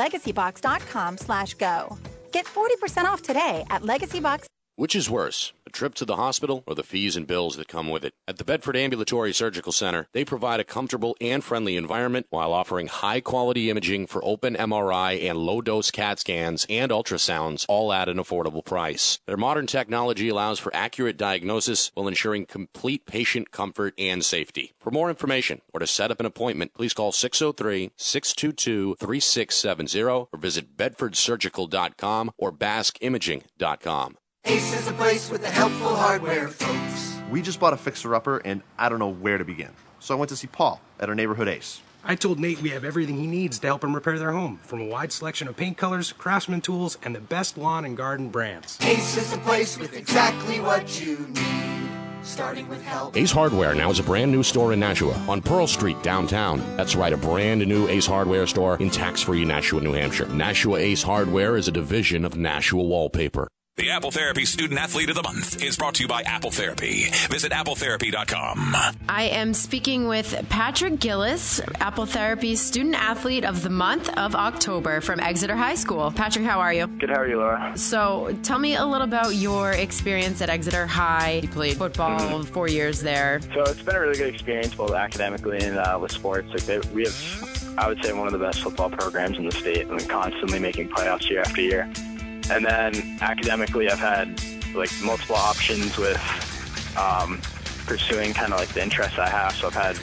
Speaker 7: legacybox.com/go. Get 40% off today at LegacyBox.
Speaker 8: Which is worse, a trip to the hospital or the fees and bills that come with it? At the Bedford Ambulatory Surgical Center, they provide a comfortable and friendly environment while offering high quality imaging for open MRI and low dose CAT scans and ultrasounds, all at an affordable price. Their modern technology allows for accurate diagnosis while ensuring complete patient comfort and safety. For more information or to set up an appointment, please call 603 622 3670 or visit bedfordsurgical.com or baskimaging.com.
Speaker 9: Ace is the place with the helpful hardware, folks.
Speaker 10: We just bought a fixer upper and I don't know where to begin. So I went to see Paul at our neighborhood Ace.
Speaker 11: I told Nate we have everything he needs to help him repair their home, from a wide selection of paint colors, craftsman tools, and the best lawn and garden brands.
Speaker 9: Ace is the place with exactly what you need, starting with help.
Speaker 8: Ace Hardware now is a brand new store in Nashua on Pearl Street downtown. That's right, a brand new Ace Hardware store in tax free Nashua, New Hampshire. Nashua Ace Hardware is a division of Nashua Wallpaper.
Speaker 3: The Apple Therapy Student Athlete of the Month is brought to you by Apple Therapy. Visit appletherapy.com.
Speaker 12: I am speaking with Patrick Gillis, Apple Therapy Student Athlete of the Month of October from Exeter High School. Patrick, how are you?
Speaker 13: Good, how are you, Laura?
Speaker 12: So, tell me a little about your experience at Exeter High. You played football
Speaker 13: Mhm.
Speaker 12: four years there.
Speaker 13: So it's been a really good experience, both academically and uh, with sports. Like they, we have, I would say, one of the best football programs in the state, and constantly making playoffs year after year. And then academically, I've had like multiple options with um, pursuing kind of like the interests I have. So I've had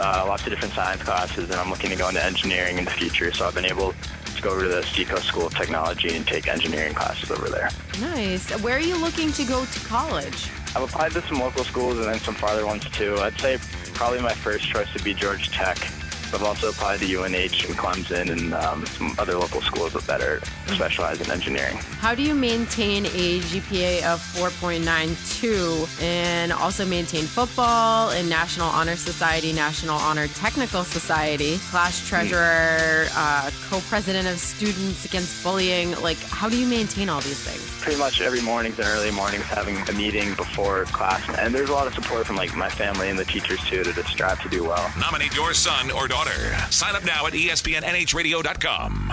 Speaker 13: uh, lots of different science classes, and I'm looking to go into engineering in the future. So I've been able to go over to the Seacoast School of Technology and take engineering classes over there.
Speaker 12: Nice. Where are you looking to go to college?
Speaker 13: I've applied to some local schools and then some farther ones too. I'd say probably my first choice would be George Tech. I've also applied to UNH and Clemson and um, some other local schools that better specialize in engineering.
Speaker 12: How do you maintain a GPA of 4.92 and also maintain football in National Honor Society, National Honor Technical Society, class treasurer, uh, co president of Students Against Bullying? Like, how do you maintain all these things?
Speaker 13: Pretty much every morning's and early mornings having a meeting before class, and there's a lot of support from like my family and the teachers too to just strive to do well.
Speaker 3: Nominate your son or daughter. Sign up now at E espnnhradio.com.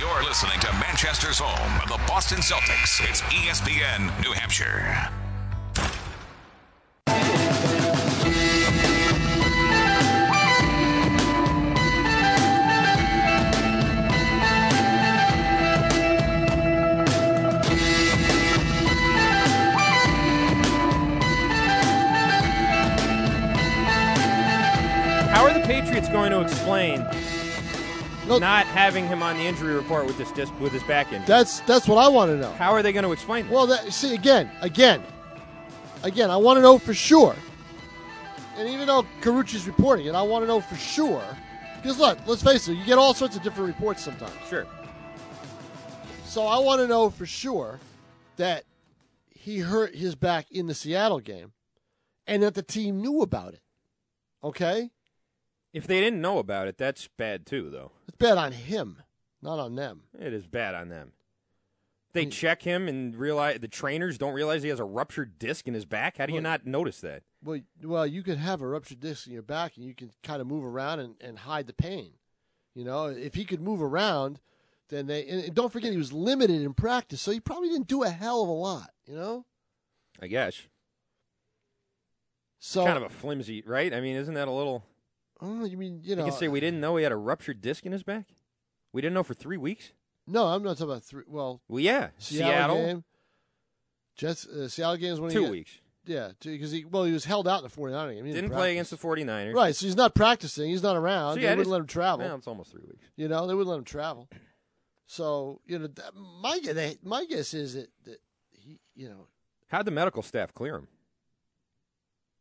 Speaker 3: You're listening to Manchester's home of the Boston Celtics. It's E ESPN New Hampshire.
Speaker 2: How are the Patriots going to explain not having him on the injury report with this disc, with his back injury?
Speaker 1: That's that's what I want to know.
Speaker 2: How are they going to explain that?
Speaker 1: Well, that, see again, again, again. I want to know for sure. And even though Carucci's reporting it, I want to know for sure. Because look, let's face it, you get all sorts of different reports sometimes.
Speaker 2: Sure.
Speaker 1: So I want to know for sure that he hurt his back in the Seattle game, and that the team knew about it. Okay,
Speaker 2: If they didn't know about it, that's bad too, though.
Speaker 1: it's bad on him, not on them.
Speaker 2: It is bad on them. They check him and realize the trainers don't realize he has a ruptured disc in his back. How do you
Speaker 1: Well-
Speaker 2: not notice that?
Speaker 1: Well, well, you could have a ruptured disc in your back, and you can kind of move around and, and hide the pain. You know, if he could move around, then they and and don't forget he was limited in practice, so he probably didn't do a hell of a lot. You know,
Speaker 2: I guess.
Speaker 1: so
Speaker 2: kind of a flimsy, right? I mean, isn't that a little?
Speaker 1: Oh, you mean you know?
Speaker 2: You can say we didn't know he had a ruptured disc in his back. We didn't know for three weeks.
Speaker 1: no, I'm not talking about three. Well,
Speaker 2: Well, yeah,
Speaker 1: Seattle,
Speaker 2: Seattle.
Speaker 1: game. Jets uh, Seattle games when he
Speaker 2: Two
Speaker 1: got-
Speaker 2: weeks.
Speaker 1: Yeah, because he well he was held out in the 49 game. He
Speaker 2: Didn't play against the 49ers.
Speaker 1: Right, so he's not practicing. He's not around.
Speaker 2: So,
Speaker 1: they
Speaker 2: yeah, it
Speaker 1: wouldn't
Speaker 2: is-
Speaker 1: let him travel.
Speaker 2: Well, it's almost three weeks.
Speaker 1: You know, they wouldn't let him travel. So you know, that, my gu- they, my guess is that, that he, you know,
Speaker 2: How'd the medical staff clear him?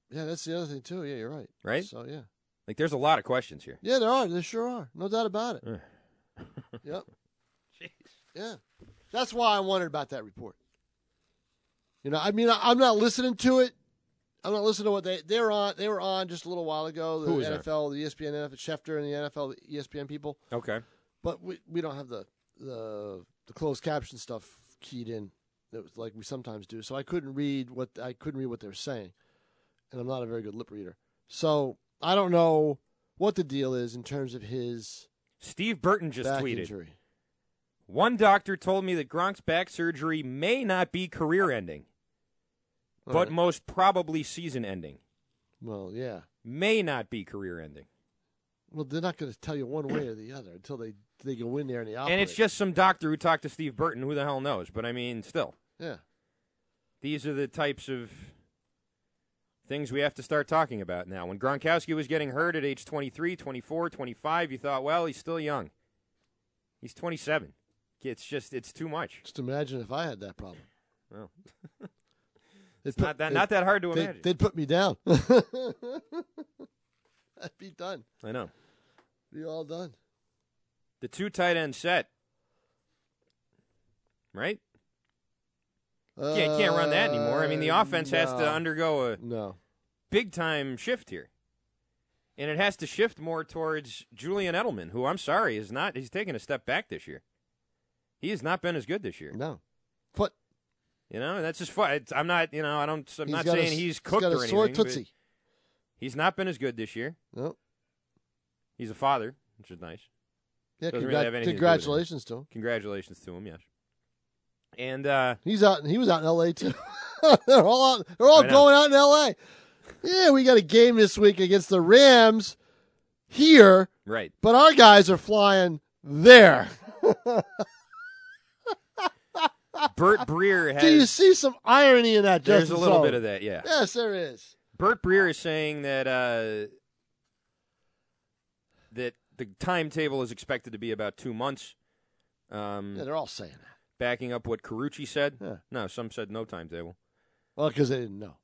Speaker 1: yeah, that's the other thing too. Yeah, you're right.
Speaker 2: Right?
Speaker 1: So yeah,
Speaker 2: Like, there's a lot of questions here.
Speaker 1: yeah, there are, there sure are, no doubt about it.
Speaker 2: Ugh.
Speaker 1: yep. Yeah, that's why I wondered about that report. You know, I mean, I, I'm not listening to it. I'm not listening to what they they're on. They were on just a little while ago. The
Speaker 2: Who was on?
Speaker 1: NFL, the E ESPN, NFL, Schefter, and the E NFL, ESPN people.
Speaker 2: Okay.
Speaker 1: But we, we don't have the, the the closed caption stuff keyed in that was like we sometimes do. So I couldn't read what I couldn't read what they were saying, and I'm not a very good lip reader. So I don't know what the deal is in terms of his
Speaker 2: Steve Burton just
Speaker 1: back
Speaker 2: tweeted.
Speaker 1: injury.
Speaker 2: One doctor told me that Gronk's back surgery may not be career ending,
Speaker 1: All
Speaker 2: but
Speaker 1: right.
Speaker 2: most probably season ending.
Speaker 1: Well, yeah.
Speaker 2: May not be career ending.
Speaker 1: Well, they're not going to tell you one way or the other until they they go in there and they operate.
Speaker 2: And it's just some doctor who talked to Steve Burton. Who the hell knows? But I mean, still.
Speaker 1: Yeah.
Speaker 2: These are the types of things we have to start talking about now. When Gronkowski was getting hurt at age 23, 24, 25, you thought, well, he's still young. He's 27. It's just, it's too much.
Speaker 1: just imagine if I had that problem.
Speaker 2: Well,
Speaker 1: It's
Speaker 2: not that- not that hard to imagine.
Speaker 1: They'd put me down. I'd be done.
Speaker 2: I know.
Speaker 1: Be all done.
Speaker 2: The two tight end set. Right? Yeah, you can't run that anymore. I mean, the
Speaker 1: Uh,
Speaker 2: offense has
Speaker 1: no.
Speaker 2: to undergo a
Speaker 1: no
Speaker 2: big time shift here, and it has to shift more towards Julian Edelman, who I'm sorry is not. He's taken a step back this year. He has not been as good this year.
Speaker 1: No, but
Speaker 2: you know, and that's just fun. It's- I'm not. You know, I don't. I'm
Speaker 1: He's
Speaker 2: not
Speaker 1: got a
Speaker 2: saying
Speaker 1: s-
Speaker 2: he's
Speaker 1: he's
Speaker 2: cooked
Speaker 1: got a
Speaker 2: or anything.
Speaker 1: sore
Speaker 2: but
Speaker 1: tootsie.
Speaker 2: He's not been as good this year.
Speaker 1: No.
Speaker 2: He's a father, which is nice.
Speaker 1: Yeah,
Speaker 2: Doesn't
Speaker 1: congrat-
Speaker 2: really have anything to do with it.
Speaker 1: congratulations to him.
Speaker 2: Congratulations to him. Yes. And uh,
Speaker 1: He's out. He was out in L.A. too. they're all out. They're all
Speaker 2: I know.
Speaker 1: going out in L.A. Yeah, we got a game this week against the Rams here,
Speaker 2: right.
Speaker 1: but our guys are flying there.
Speaker 2: Bert Breer has.
Speaker 1: Do you see some irony in that?
Speaker 2: There's
Speaker 1: Justin
Speaker 2: a little
Speaker 1: Sullivan?
Speaker 2: bit of that, yeah.
Speaker 1: Yes, there is.
Speaker 2: Bert Breer is saying that uh, that the timetable is expected to be about two months. Um,
Speaker 1: Yeah, they're all saying that.
Speaker 2: Backing up what Carucci said. No, some said no timetable.
Speaker 1: Well, because they didn't know.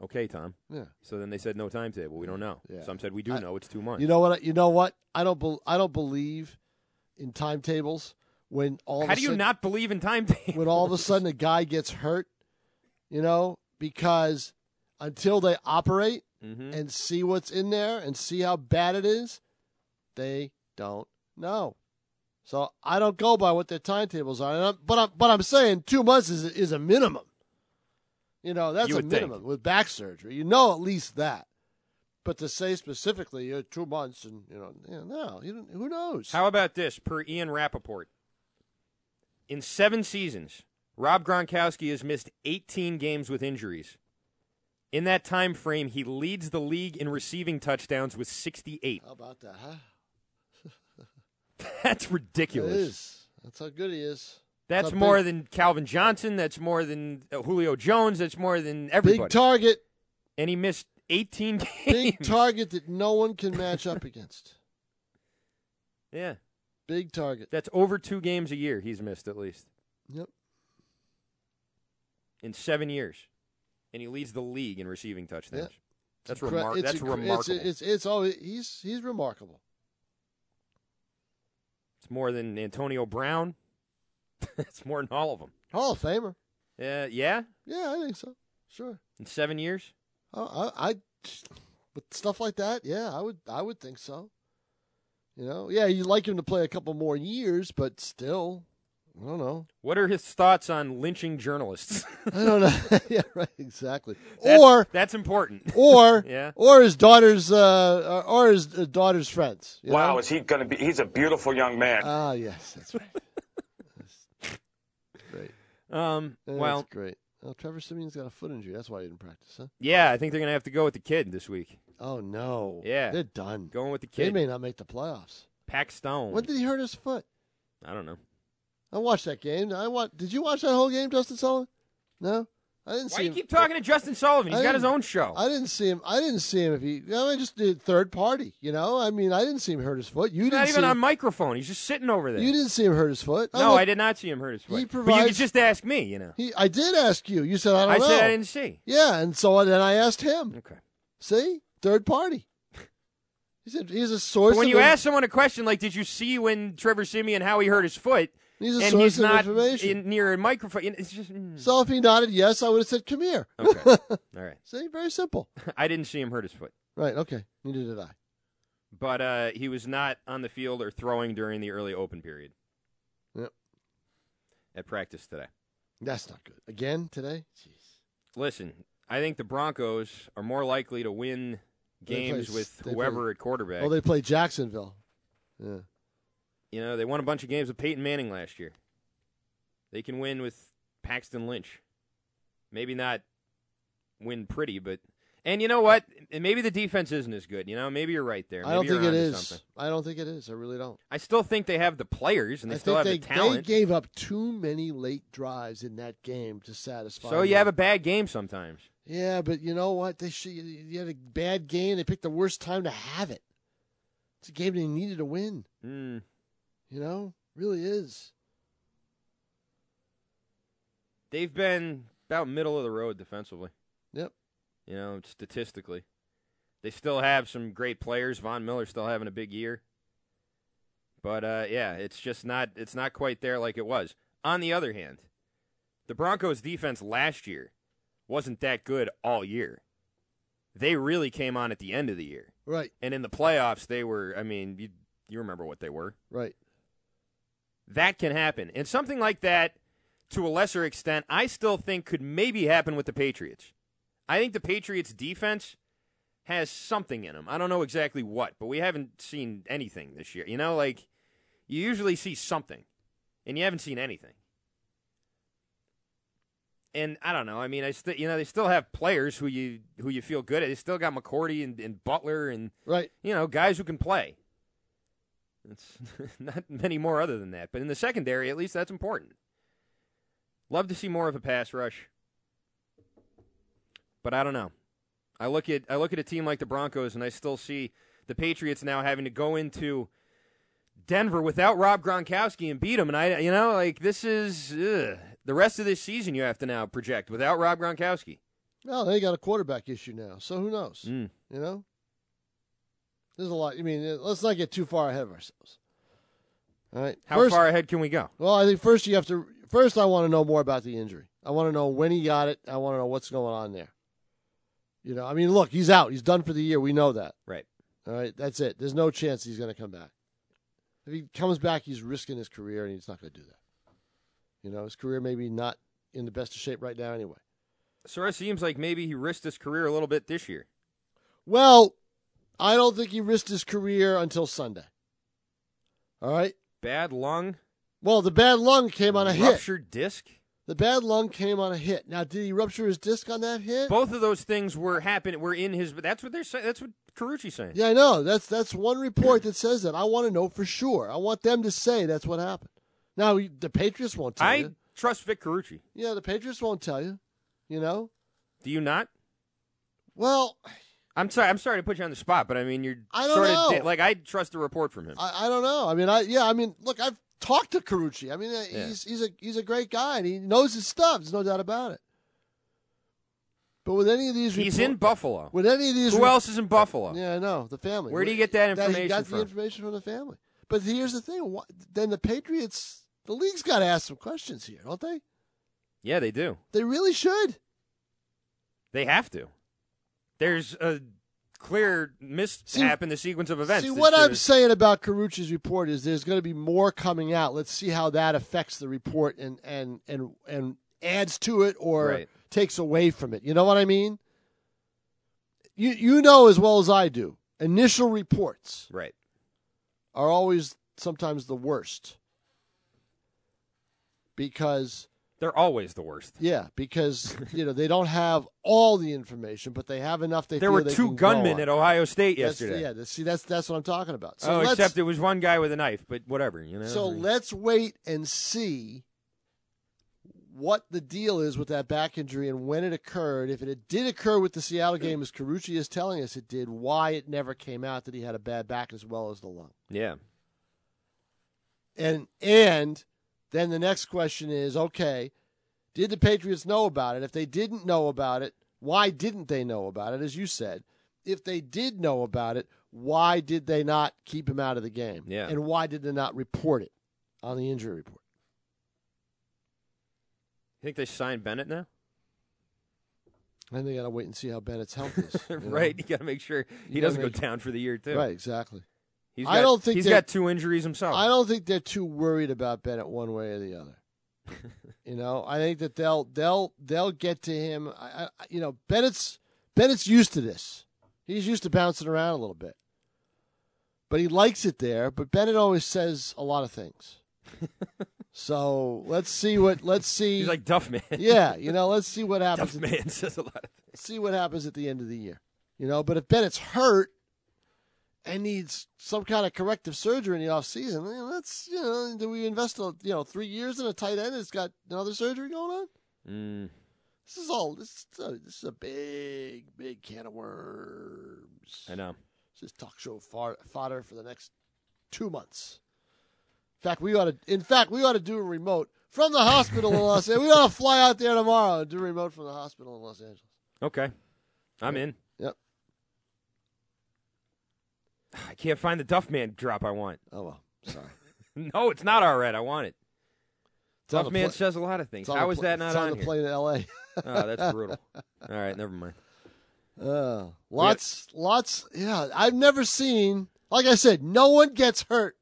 Speaker 2: Okay, Tom.
Speaker 1: Yeah.
Speaker 2: So then they said no timetable. We don't know.
Speaker 1: Yeah.
Speaker 2: Some said we do know. It's two months.
Speaker 1: You know what? You know what? I don't. Bel I don't believe in timetables. When all of
Speaker 2: How
Speaker 1: a
Speaker 2: do you
Speaker 1: sudden-
Speaker 2: not believe in timetables?
Speaker 1: when all of a sudden a guy gets hurt, you know, because until they operate
Speaker 2: Mhm.
Speaker 1: and see what's in there and see how bad it is, they don't know. So I don't go by what their timetables are, and I'm, but I'm but I'm saying two months is is a minimum. You know that's
Speaker 2: You
Speaker 1: a
Speaker 2: would think.
Speaker 1: minimum with back surgery. You know at least that. But to say specifically uh, two months and you know, you know no, you don't, who knows?
Speaker 2: How about this, per Ian Rappaport? In seven seasons, Rob Gronkowski has missed 18 games with injuries. In that time frame, he leads the league in receiving touchdowns with 68.
Speaker 1: How about that? Huh?
Speaker 2: That's ridiculous.
Speaker 1: It is. That's how good he is.
Speaker 2: That's
Speaker 1: how
Speaker 2: more
Speaker 1: big-
Speaker 2: than Calvin Johnson. That's more than uh, Julio Jones. That's more than everybody.
Speaker 1: Big target.
Speaker 2: And he missed 18 games.
Speaker 1: Big target that no one can match up against.
Speaker 2: Yeah.
Speaker 1: Big target.
Speaker 2: That's over two games a year he's missed at least.
Speaker 1: Yep.
Speaker 2: In seven years. And he leads the league in receiving touchdowns. That's,
Speaker 1: Incre-
Speaker 2: remar-
Speaker 1: it's
Speaker 2: that's
Speaker 1: incre-
Speaker 2: remarkable.
Speaker 1: It's, it's, it's always he's he's remarkable.
Speaker 2: It's more than Antonio Brown. it's more than all of them.
Speaker 1: Hall of Famer.
Speaker 2: Uh, yeah,
Speaker 1: Yeah, I think so. Sure.
Speaker 2: in seven years.
Speaker 1: Oh, I, I with stuff like that, yeah, I would I would think so. You know, yeah, you'd like him to play a couple more years, but still, I don't know.
Speaker 2: What are his thoughts on lynching journalists?
Speaker 1: I don't know. yeah, right. Exactly.
Speaker 2: That's-
Speaker 1: or
Speaker 2: that's important.
Speaker 1: Or
Speaker 2: yeah.
Speaker 1: Or his daughter's uh, or his daughter's friends. you
Speaker 14: Wow,
Speaker 1: know?
Speaker 14: is he going to be? He's a beautiful young man.
Speaker 1: Ah, yes, that's right. great.
Speaker 2: Um, well-
Speaker 1: that's great. Well, Trevor Simeon's got a foot injury. That's why he didn't practice, huh?
Speaker 2: Yeah, I think they're gonna have to go with the kid this week.
Speaker 1: Oh no.
Speaker 2: Yeah,
Speaker 1: they're done.
Speaker 2: Going with the
Speaker 1: They
Speaker 2: kid. Oh.
Speaker 1: may not make the playoffs.
Speaker 2: Pack Stone.
Speaker 1: When did he hurt his foot?
Speaker 2: I don't know.
Speaker 1: I watched that game. I wa- Did you watch that whole game, Justin Sullivan? No, I didn't see
Speaker 2: Why do you
Speaker 1: him.
Speaker 2: keep talking to Justin Sullivan? He's
Speaker 1: I
Speaker 2: got his
Speaker 1: didn't-
Speaker 2: own show.
Speaker 1: I didn't see him. I didn't see him. If he, you know, I just did third party. You know, I mean, I didn't see him hurt his foot. You
Speaker 2: He's
Speaker 1: didn't
Speaker 2: not
Speaker 1: see
Speaker 2: even
Speaker 1: him-
Speaker 2: on microphone. He's just sitting over there.
Speaker 1: You didn't see him hurt his foot.
Speaker 2: no,
Speaker 1: look,
Speaker 2: I did not see him hurt his foot. but you could
Speaker 1: provides-
Speaker 2: just ask me, you know.
Speaker 1: He, I did ask you. You said I don't
Speaker 2: I
Speaker 1: know.
Speaker 2: said I didn't see.
Speaker 1: Yeah, and so then I asked him.
Speaker 2: Okay.
Speaker 1: See, third party. He said he's a
Speaker 2: But
Speaker 1: source.
Speaker 2: when
Speaker 1: of
Speaker 2: you
Speaker 1: in-
Speaker 2: ask someone a question like, "Did you see when Trevor Simeon how he hurt his foot?"
Speaker 1: He's a
Speaker 2: and
Speaker 1: source
Speaker 2: he's
Speaker 1: of
Speaker 2: not
Speaker 1: information.
Speaker 2: in- near a microphone. you know, It's just mm.
Speaker 1: so if he nodded yes, I would have said, "Come here."
Speaker 2: okay. All right.
Speaker 1: See, very simple.
Speaker 2: I didn't see him hurt his foot,
Speaker 1: Right. Okay. Neither did I.
Speaker 2: but uh, he was not on the field or throwing during the early open period.
Speaker 1: Yep.
Speaker 2: At practice today.
Speaker 1: That's not good. Again today.
Speaker 2: Listen, I think the Broncos are more likely to win
Speaker 1: They play
Speaker 2: games
Speaker 1: s-
Speaker 2: with
Speaker 1: they
Speaker 2: whoever
Speaker 1: play-
Speaker 2: at quarterback.
Speaker 1: Well, Oh, they play Jacksonville. Yeah.
Speaker 2: You know, they won a bunch of games with Peyton Manning last year. They can win with Paxton Lynch. Maybe not win pretty, but and you know what? And Maybe the defense isn't as good. You know, maybe you're right there.
Speaker 1: I don't
Speaker 2: Maybe you're
Speaker 1: think it
Speaker 2: onto
Speaker 1: is.
Speaker 2: Something.
Speaker 1: I don't think it is. I really don't.
Speaker 2: I still think they have the players and they
Speaker 1: I
Speaker 2: still
Speaker 1: think
Speaker 2: have
Speaker 1: they,
Speaker 2: the talent.
Speaker 1: they gave up too many late drives in that game to satisfy.
Speaker 2: so you
Speaker 1: me.
Speaker 2: have a bad game sometimes.
Speaker 1: Yeah, but you know what? They should. You had a bad game. They picked the worst time to have it. It's a game they needed to win.
Speaker 2: Mm.
Speaker 1: You know, really is.
Speaker 2: They've been about middle of the road defensively.
Speaker 1: Yep.
Speaker 2: You know, statistically, they still have some great players. Von Miller's still having a big year, but uh, yeah, it's just not it's not quite there like it was. On the other hand, the Broncos' defense last year wasn't that good all year. They really came on at the end of the year,
Speaker 1: Right.
Speaker 2: and in the playoffs, they were. I mean, you you remember what they were?
Speaker 1: Right.
Speaker 2: That can happen, and something like that, to a lesser extent, I still think could maybe happen with the Patriots. I think the Patriots' defense has something in them. I don't know exactly what, but we haven't seen anything this year. You know, like you usually see something, and you haven't seen anything. And I don't know. I mean, I still, you know, they still have players who you who you feel good at. They still got McCourty and, and Butler and
Speaker 1: right,
Speaker 2: you know, guys who can play. It's not many more other than that. But in the secondary, at least that's important. Love to see more of a pass rush. But I don't know. I look at I look at a team like the Broncos and I still see the Patriots now having to go into Denver without Rob Gronkowski and beat him and I you know like this is ugh. the rest of this season you have to now project without Rob Gronkowski.
Speaker 1: Well, they got a quarterback issue now, so who knows?
Speaker 2: Mm.
Speaker 1: You know, there's a lot. I mean, uh, let's not get too far ahead of ourselves. All right.
Speaker 2: How
Speaker 1: First-
Speaker 2: far ahead can we go?
Speaker 1: Well, I think first you have to. First, I want to know more about the injury. I want to know when he got it. I want to know what's going on there. You know, I mean, look, he's out. He's done for the year. We know that.
Speaker 2: Right.
Speaker 1: All right. That's it. There's no chance he's going to come back. If he comes back, he's risking his career, and he's not going to do that. You know, his career maybe not in the best of shape right now, anyway.
Speaker 2: Sort of seems like maybe he risked his career a little bit this year.
Speaker 1: Well, I don't think he risked his career until Sunday. All right.
Speaker 2: Bad lung,
Speaker 1: Well, the bad lung came on a hit.
Speaker 2: ruptured disc.
Speaker 1: The bad lung came on a hit. Now, did he rupture his disc on that hit?
Speaker 2: Both of those things were happening. Were in his. That's what they're saying. That's what Carucci's saying.
Speaker 1: Yeah, I know. That's that's one report that says that. I want to know for sure. I want them to say that's what happened. Now we- the Patriots won't tell
Speaker 2: I
Speaker 1: you.
Speaker 2: trust Vic Carucci.
Speaker 1: Yeah, the Patriots won't tell you. You know.
Speaker 2: Do you not?
Speaker 1: Well,
Speaker 2: I'm sorry. I'm sorry to put you on the spot, but I mean, you're
Speaker 1: I don't
Speaker 2: sort
Speaker 1: know.
Speaker 2: of di- like I trust the report from him.
Speaker 1: I, I don't know. I mean, I yeah. I mean, look, I've talked to Carucci. I mean, uh
Speaker 2: Yeah.
Speaker 1: he's he's a he's a great guy and he knows his stuff. There's no doubt about it. But with any of these,
Speaker 2: He's
Speaker 1: report-
Speaker 2: in Buffalo.
Speaker 1: With any of these,
Speaker 2: Who
Speaker 1: re-
Speaker 2: else is in Buffalo?
Speaker 1: Yeah, I know the family.
Speaker 2: Where do you get that
Speaker 1: he
Speaker 2: information
Speaker 1: got
Speaker 2: from?
Speaker 1: the information from the family. But here's the thing: why, then the Patriots, the league's got to ask some questions here, don't they?
Speaker 2: Yeah, they do.
Speaker 1: They really should.
Speaker 2: They have to. There's a clear mishap in the sequence of events.
Speaker 1: See,
Speaker 2: This
Speaker 1: what I'm
Speaker 2: is-
Speaker 1: saying about Carucci's report is there's going to be more coming out. Let's see how that affects the report and and and and adds to it or
Speaker 2: Right.
Speaker 1: takes away from it. You know what I mean? You you know as well as I do. Initial reports
Speaker 2: right
Speaker 1: are always sometimes the worst because
Speaker 2: they're always the worst.
Speaker 1: yeah, because you know they don't have all the information, but they have enough. They
Speaker 2: There
Speaker 1: feel
Speaker 2: were
Speaker 1: they
Speaker 2: two
Speaker 1: can go
Speaker 2: gunmen
Speaker 1: on.
Speaker 2: at Ohio State
Speaker 1: That's-
Speaker 2: yesterday.
Speaker 1: yeah, that's- see, that's that's what I'm talking about. So
Speaker 2: oh,
Speaker 1: let's
Speaker 2: except it was one guy with a knife, but whatever, you know.
Speaker 1: so
Speaker 2: I mean,
Speaker 1: let's wait and see what the deal is with that back injury and when it occurred. If it did occur with the Seattle game, as Carucci is telling us it did, why it never came out that he had a bad back as well as the lung.
Speaker 2: yeah.
Speaker 1: And and then the next question is, okay, did the Patriots know about it? If they didn't know about it, why didn't they know about it? As you said, if they did know about it, why did they not keep him out of the game?
Speaker 2: Yeah.
Speaker 1: And why did they not report it on the injury report?
Speaker 2: You think they signed Bennett now?
Speaker 1: And they got to wait and see how Bennett's health is. you know?
Speaker 2: right, you got to make sure he
Speaker 1: You gotta
Speaker 2: doesn't
Speaker 1: make-
Speaker 2: go down for the year too. Oh.
Speaker 1: Right, exactly.
Speaker 2: He's
Speaker 1: I
Speaker 2: got-
Speaker 1: don't think
Speaker 2: he's
Speaker 1: they're-
Speaker 2: got two injuries himself.
Speaker 1: I don't think they're too worried about Bennett one way or the other. you know, I think that they'll they'll they'll get to him. I, I, you know, Bennett's Bennett's used to this. He's used to bouncing around a little bit, but he likes it there. But Bennett always says a lot of things. so let's see what let's see.
Speaker 2: He's like Duff Man.
Speaker 1: yeah, you know, let's see what happens.
Speaker 2: Duff Man says a lot.
Speaker 1: see what happens at the end of the year. You know, but if Bennett's hurt and needs some kind of corrective surgery in the offseason, you know, that's you know, do we invest uh, you know three years in a tight end that's got another surgery going on?
Speaker 2: Mm.
Speaker 1: This is all this is a, this is a big big can of worms.
Speaker 2: I know.
Speaker 1: This is talk show far, fodder for the next two months. In fact, we ought to. In fact, we ought to do a remote from the hospital in Los Angeles. We ought to fly out there tomorrow and do a remote from the hospital in Los Angeles.
Speaker 2: Okay, I'm in.
Speaker 1: Yep.
Speaker 2: I can't find the Duff Man drop I want.
Speaker 1: Oh well, sorry.
Speaker 2: no, it's not all right. I want it.
Speaker 1: It's on
Speaker 2: Duff
Speaker 1: the
Speaker 2: Man
Speaker 1: pla-
Speaker 2: says a lot of things.
Speaker 1: it's on
Speaker 2: How
Speaker 1: the
Speaker 2: is
Speaker 1: pla-
Speaker 2: that not
Speaker 1: it's on Uh, the
Speaker 2: here?
Speaker 1: plane to LA?
Speaker 2: oh, that's brutal. All right, never mind.
Speaker 1: Uh, lots, lots. Yeah, I've never seen. Like I said, no one gets hurt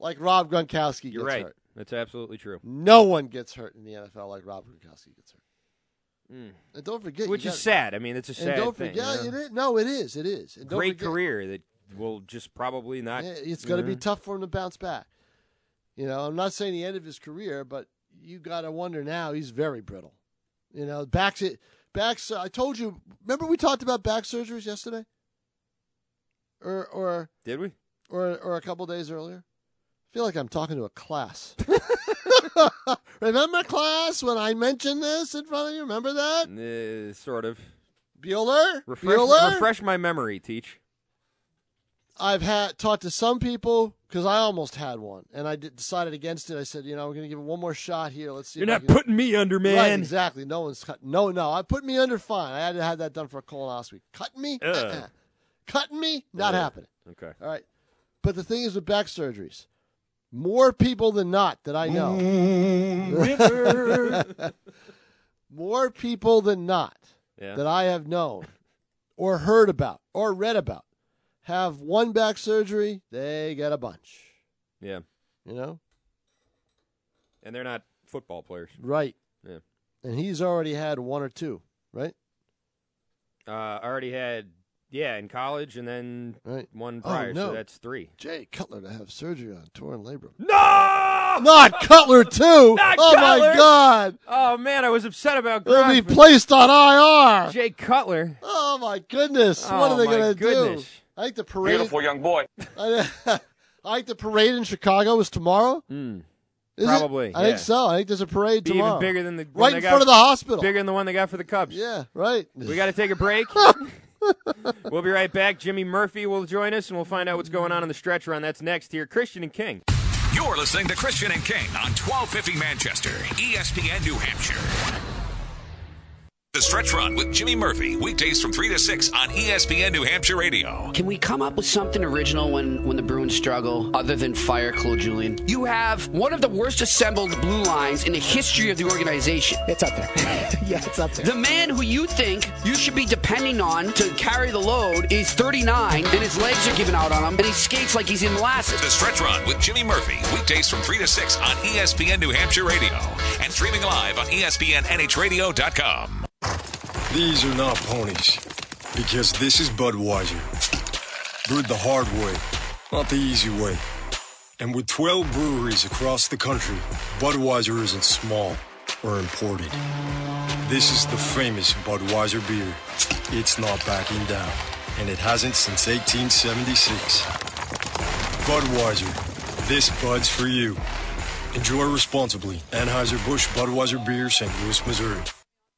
Speaker 1: like Rob Gronkowski
Speaker 2: You're
Speaker 1: gets
Speaker 2: right.
Speaker 1: hurt.
Speaker 2: That's absolutely true.
Speaker 1: No one gets hurt in the NFL like Rob Gronkowski gets hurt. And don't forget, Hmm. you
Speaker 2: Which is
Speaker 1: got-
Speaker 2: sad. I mean, it's a sad
Speaker 1: and don't
Speaker 2: thing.
Speaker 1: Forget, yeah,
Speaker 2: you know?
Speaker 1: it is. No, it is. It is. And don't
Speaker 2: Great
Speaker 1: forget-
Speaker 2: career that will just probably not.
Speaker 1: Yeah, Eh, It's going to
Speaker 2: you
Speaker 1: be
Speaker 2: know?
Speaker 1: tough for him to bounce back. You know, I'm not saying the end of his career, but you got to wonder now. He's very brittle. You know, back it backs. I told you. Remember we talked about back surgeries yesterday, or or
Speaker 2: Did we?
Speaker 1: or or a couple days earlier. I feel like I'm talking to a class. remember class when I mentioned this in front of you? Remember that
Speaker 2: Uh, sort of.
Speaker 1: Bueller?
Speaker 2: Refresh,
Speaker 1: Bueller?
Speaker 2: refresh my memory, teach.
Speaker 1: I've had talked to some people because I almost had one, and I did, decided against it. I said, you know, we're going to give it one more shot here. Let's see.
Speaker 2: You're
Speaker 1: if I
Speaker 2: not
Speaker 1: can-
Speaker 2: putting me under, man.
Speaker 1: Right, exactly. No one's cut. No, no. I put me under fine. I had to have that done for a colonoscopy. Cutting me,
Speaker 2: Ugh.
Speaker 1: Uh-uh. cutting me, not
Speaker 2: Ugh.
Speaker 1: happening.
Speaker 2: Okay.
Speaker 1: All right. But the thing is with back surgeries, more people than not that I know. more people than not
Speaker 2: Yeah.
Speaker 1: that I have known or heard about or read about have one back surgery, they get a bunch.
Speaker 2: Yeah.
Speaker 1: You know?
Speaker 2: And they're not football players.
Speaker 1: Right.
Speaker 2: Yeah.
Speaker 1: And he's already had one or two, right?
Speaker 2: Uh, I already had, yeah, in college and then
Speaker 1: Right.
Speaker 2: one
Speaker 1: Oh,
Speaker 2: prior,
Speaker 1: no.
Speaker 2: so that's three.
Speaker 1: Jay Cutler to have surgery on torn labrum.
Speaker 2: No!
Speaker 1: Not Cutler too.
Speaker 2: Not
Speaker 1: oh
Speaker 2: Cutler!
Speaker 1: my God!
Speaker 2: Oh, man, I was upset about
Speaker 1: They'll be
Speaker 2: Gronk, but
Speaker 1: placed on IR.
Speaker 2: Jay Cutler.
Speaker 1: Oh my goodness! what
Speaker 2: Oh,
Speaker 1: are they
Speaker 2: my
Speaker 1: going to do?
Speaker 2: goodness.
Speaker 1: I think the parade.
Speaker 14: Beautiful young boy.
Speaker 1: I, think the parade in Chicago is tomorrow. Is it?
Speaker 2: Hmm. Probably,
Speaker 1: I
Speaker 2: yeah.
Speaker 1: think so. I think there's a parade
Speaker 2: Be
Speaker 1: tomorrow.
Speaker 2: even bigger than the one
Speaker 1: right
Speaker 2: they
Speaker 1: in
Speaker 2: got-
Speaker 1: front of the hospital.
Speaker 2: Bigger than the one they got for the Cubs.
Speaker 1: Yeah, right.
Speaker 2: We got to take a break. we'll be right back. Jimmy Murphy will join us, and we'll find out what's going on in the stretch run. That's next here. Christian and King.
Speaker 3: You're listening to Christian E and King on 1250 Manchester, ESPN New Hampshire. The Stretch Run with Jimmy Murphy, weekdays from 3 to 6 on E ESPN New Hampshire Radio.
Speaker 15: Can we come up with something original when, when the Bruins struggle, other than fire Claude Julian? You have one of the worst assembled blue lines in the history of the organization. It's up there. yeah, it's up there. The man who you think you should be depending on to carry the load is 39, and his legs are giving out on him, and he skates like he's in molasses.
Speaker 3: The Stretch Run with Jimmy Murphy, weekdays from 3 to 6 on E ESPN New Hampshire Radio and streaming live on E ESPNNHradio.com.
Speaker 16: These are not ponies, because this is Budweiser. Brewed the hard way, not the easy way. And with 12 breweries across the country, Budweiser isn't small or imported. This is the famous Budweiser beer. It's not backing down, and it hasn't since 1876. Budweiser, this Bud's for you. Enjoy responsibly. Anheuser-Busch Budweiser Beer, St. Louis, Missouri.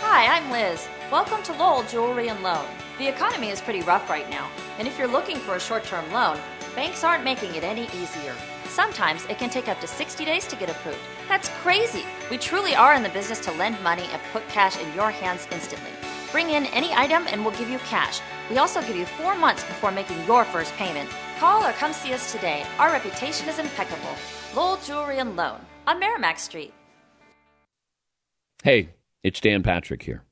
Speaker 17: Hi, I'm Liz. Welcome to Lowell Jewelry and Loan. The economy is pretty rough right now, and if you're looking for a short term loan, banks aren't making it any easier. Sometimes it can take up to 60 days to get approved. That's crazy! We truly are in the business to lend money and put cash in your hands instantly. Bring in any item and we'll give you cash. We also give you four months before making your first payment. Call or come see us today. Our reputation is impeccable. Lowell Jewelry and Loan on Merrimack Street.
Speaker 18: Hey, it's Dan Patrick here.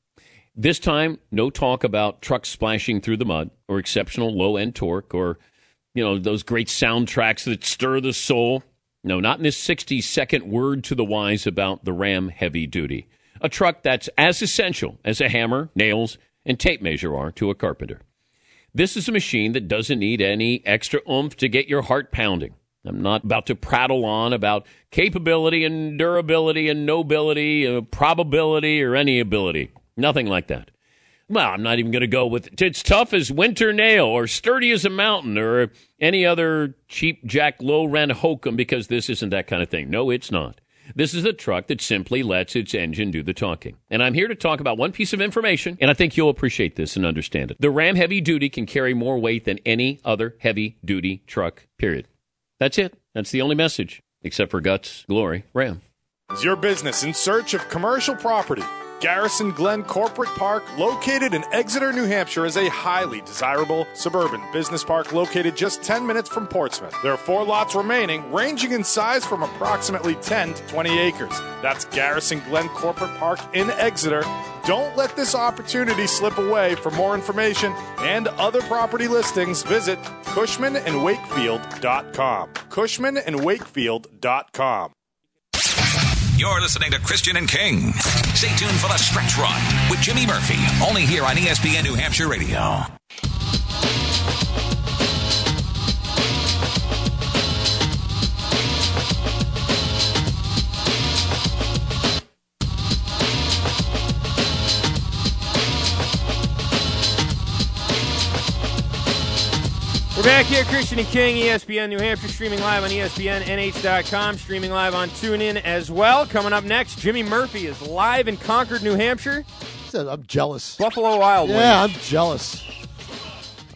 Speaker 18: This time, no talk about trucks splashing through the mud or exceptional low end torque or, you know, those great soundtracks that stir the soul. No, not in this 60 second word to the wise about the Ram Heavy Duty, a truck that's as essential as a hammer, nails, and tape measure are to a carpenter. This is a machine that doesn't need any extra oomph to get your heart pounding. I'm not about to prattle on about capability and durability and nobility, uh, probability or any ability. Nothing like that. Well, I'm not even going to go with it's tough as winter nail or sturdy as a mountain or any other cheap jack low rent hokum because this isn't that kind of thing. No, it's not. This is the truck that simply lets its engine do the talking. And I'm here to talk about one piece of information, and I think you'll appreciate this and understand it. The Ram Heavy Duty can carry more weight than any other heavy duty truck, period. That's it. That's the only message, except for guts, glory, ram.
Speaker 19: Is your business in search of commercial property? Garrison Glen Corporate Park, located in Exeter, New Hampshire, is a highly desirable suburban business park located just 10 minutes from Portsmouth. There are four lots remaining, ranging in size from approximately 10 to 20 acres. That's Garrison Glen Corporate Park in Exeter. Don't let this opportunity slip away. For more information and other property listings, visit cushmanandwakefield.com. cushmanandwakefield.com.
Speaker 3: You're listening to Christian and King. Stay tuned for the Stretch Run with Jimmy Murphy, only here on E ESPN New Hampshire Radio.
Speaker 2: We're back here, Christian and King, E ESPN New Hampshire, streaming live on E ESPNNH.com, streaming live on TuneIn as well. Coming up next, Jimmy Murphy is live in Concord, New Hampshire.
Speaker 1: I'm jealous.
Speaker 2: Buffalo Wild Wings.
Speaker 1: Yeah, I'm jealous.